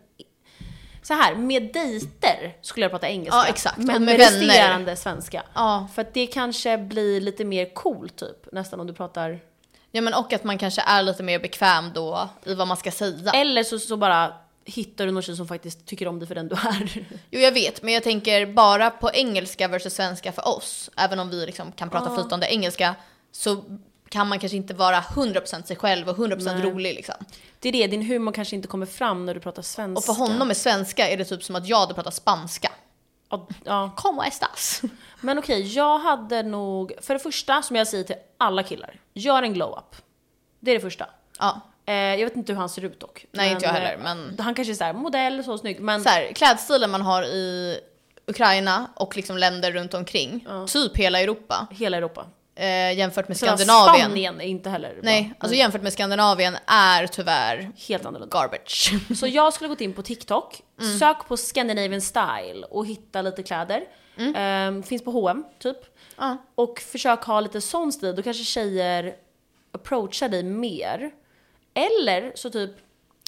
B: så här, med dejter skulle jag prata engelska.
A: Ja, exakt. Och
B: Men
A: med
B: med
A: vänner.
B: resterande svenska.
A: Ja.
B: För att det kanske blir lite mer cool typ, nästan om du pratar.
A: ja, men och att man kanske är lite mer bekväm då i vad man ska säga.
B: Eller så, så bara hittar du någon tjej som faktiskt tycker om dig för den du är.
A: Jo, jag vet, men jag tänker bara på engelska versus svenska för oss. Även om vi liksom kan prata flytande engelska så kan man kanske inte vara 100% sig själv och 100%
B: Nej.
A: rolig liksom.
B: Det är det, din humor kanske inte kommer fram när du pratar svenska.
A: Och för honom med svenska är det typ som att jag hade pratat spanska.
B: Ja, ja.
A: Como estas?
B: Men okej, jag hade nog, för det första som jag säger till alla killar, gör en glow-up. Det är det första.
A: Ja.
B: Eh, jag vet inte hur han ser ut dock.
A: Nej, inte jag heller,
B: eh,
A: men-
B: Han kanske är såhär modell, så snygg. Men
A: så här, klädstilen man har i Ukraina och liksom länder runt omkring, typ hela Europa,
B: hela Europa.
A: eh, jämfört med
B: Sen
A: Skandinavien.
B: Spanien är inte heller bra.
A: Nej, alltså jämfört med Skandinavien är tyvärr
B: Helt annorlunda.
A: garbage.
B: Så jag skulle gått in på TikTok,
A: Mm.
B: sök på Scandinavian style och hitta lite kläder.
A: Mm.
B: Eh, finns på H&M typ.
A: Ja.
B: Och försök ha lite sån stil, då kanske tjejer approachar dig mer. Eller så typ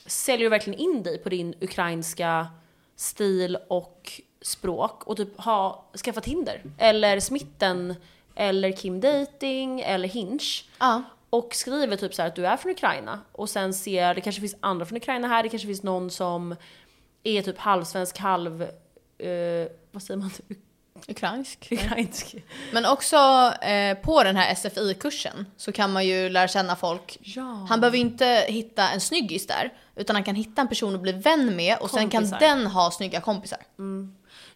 B: säljer du verkligen in dig på din ukrainska stil och språk och typ ha, skaffa Tinder. Eller Smitten, eller Kim Dating, eller Hinge.
A: ja.
B: Och skriver typ så här att du är från Ukraina och sen ser, det kanske finns andra från Ukraina här, det kanske finns någon som är typ halvsvensk, halv... Eh, vad säger man? Typ
A: Ukrainsk.
B: Ukrainsk?
A: Men också eh, på den här SFI-kursen så kan man ju lära känna folk.
B: Ja.
A: Han behöver ju inte hitta en snyggis där, utan han kan hitta en person att bli vän med och sen
B: Kompisar.
A: kan den ha snygga kompisar.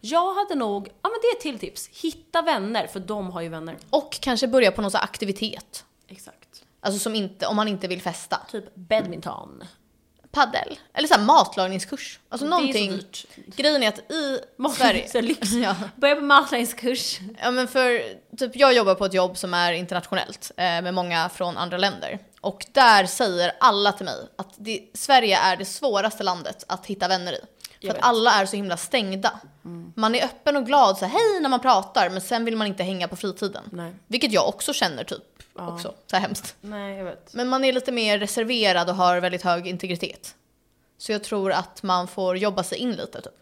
B: Jag hade nog, ja men det är ett till tips. Hitta vänner, för de har ju vänner.
A: Och kanske börja på någon sån här aktivitet.
B: Exakt.
A: Alltså som inte, om han inte vill festa.
B: Typ badminton.
A: paddel. Eller så här matlagningskurs. Alltså
B: Det är
A: någonting.
B: så dyrt.
A: Grejen är att i Sverige.
B: Matlagning är lyx.
A: Ja.
B: Börja på matlagningskurs.
A: ja men för typ jag jobbar på ett jobb som är internationellt eh, med många från andra länder. Och där säger alla till mig att det, Sverige är det svåraste landet att hitta vänner i. För
B: Jag
A: att
B: vet. Mm.
A: alla är så himla stängda. Man är öppen och glad så här, hej när man pratar men sen vill man inte hänga på fritiden.
B: Nej.
A: Vilket jag också känner typ. Också. Så här hemskt.
B: Nej, jag vet.
A: Men man är lite mer reserverad och har väldigt hög integritet. Så jag tror att man får jobba sig in lite typ.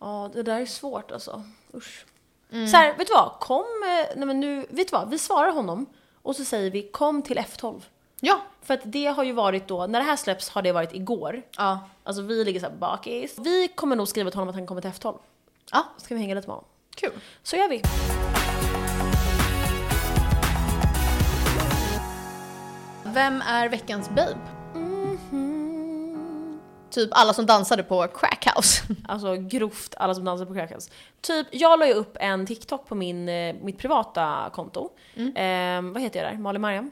B: Ja, det där är svårt alltså. Usch. Så här, vet du vad? Kom, eh, nej men nu, vet du vad? Vi svarar honom och så säger vi kom till F12.
A: Ja.
B: För att det har ju varit då, när det här släpps har det varit igår.
A: Ja.
B: Alltså vi ligger såhär bakis. Vi kommer nog skriva till honom att han kommer till F12.
A: Ja,
B: Ska vi hänga lite med honom?
A: kul.
B: Så gör vi.
A: Vem är veckans babe? Typ alla som dansade på crackhouse.
B: Mm-hmm. Alltså grovt alla som dansar på crackhouse. Typ, jag la ju upp en TikTok på min, eh, mitt privata konto.
A: Mm.
B: Eh, vad heter jag där? Malin Mariam?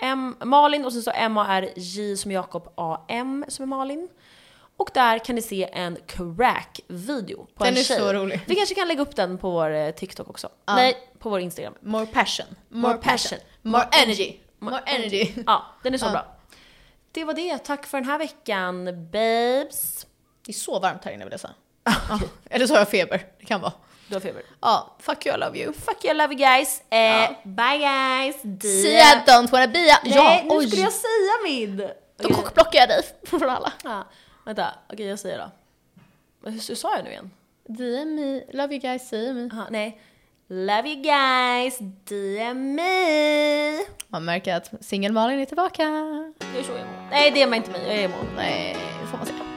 B: M, Malin och sen så M-A-R-J som Jakob A-M som är Malin. Och där kan ni se en crack-video på
A: Den
B: en
A: är
B: tjej.
A: så rolig.
B: Vi kanske kan lägga upp den på vår eh, TikTok också. Nej, på vår Instagram.
A: More passion.
B: More passion.
A: More energy. More energy.
B: Ja, den är så
A: Ja.
B: bra. Det var det, tack för den här veckan babes.
A: Det är så varmt här inne vill jag säga. Ja. Eller så har jag feber, det kan vara.
B: Du har feber.
A: Ja, fuck you I love you.
B: Fuck you, I love you guys. Eh, Bye guys. Dia.
A: See I don't wanna be a...
B: Nej, nu
A: oj.
B: skulle jag säga min.
A: Då
B: Okej.
A: kockblockar jag dig från alla.
B: Ja, vänta, okej jag säger då. Men Hur, hur sa jag nu igen?
A: DM me, love you guys, see me.
B: Aha, nej. Love you guys, DM me.
A: Man märker att singel-Malin är tillbaka.
B: Det är så jag mår. Nej, DM inte mig, jag är emo.
A: Nej, får man säga.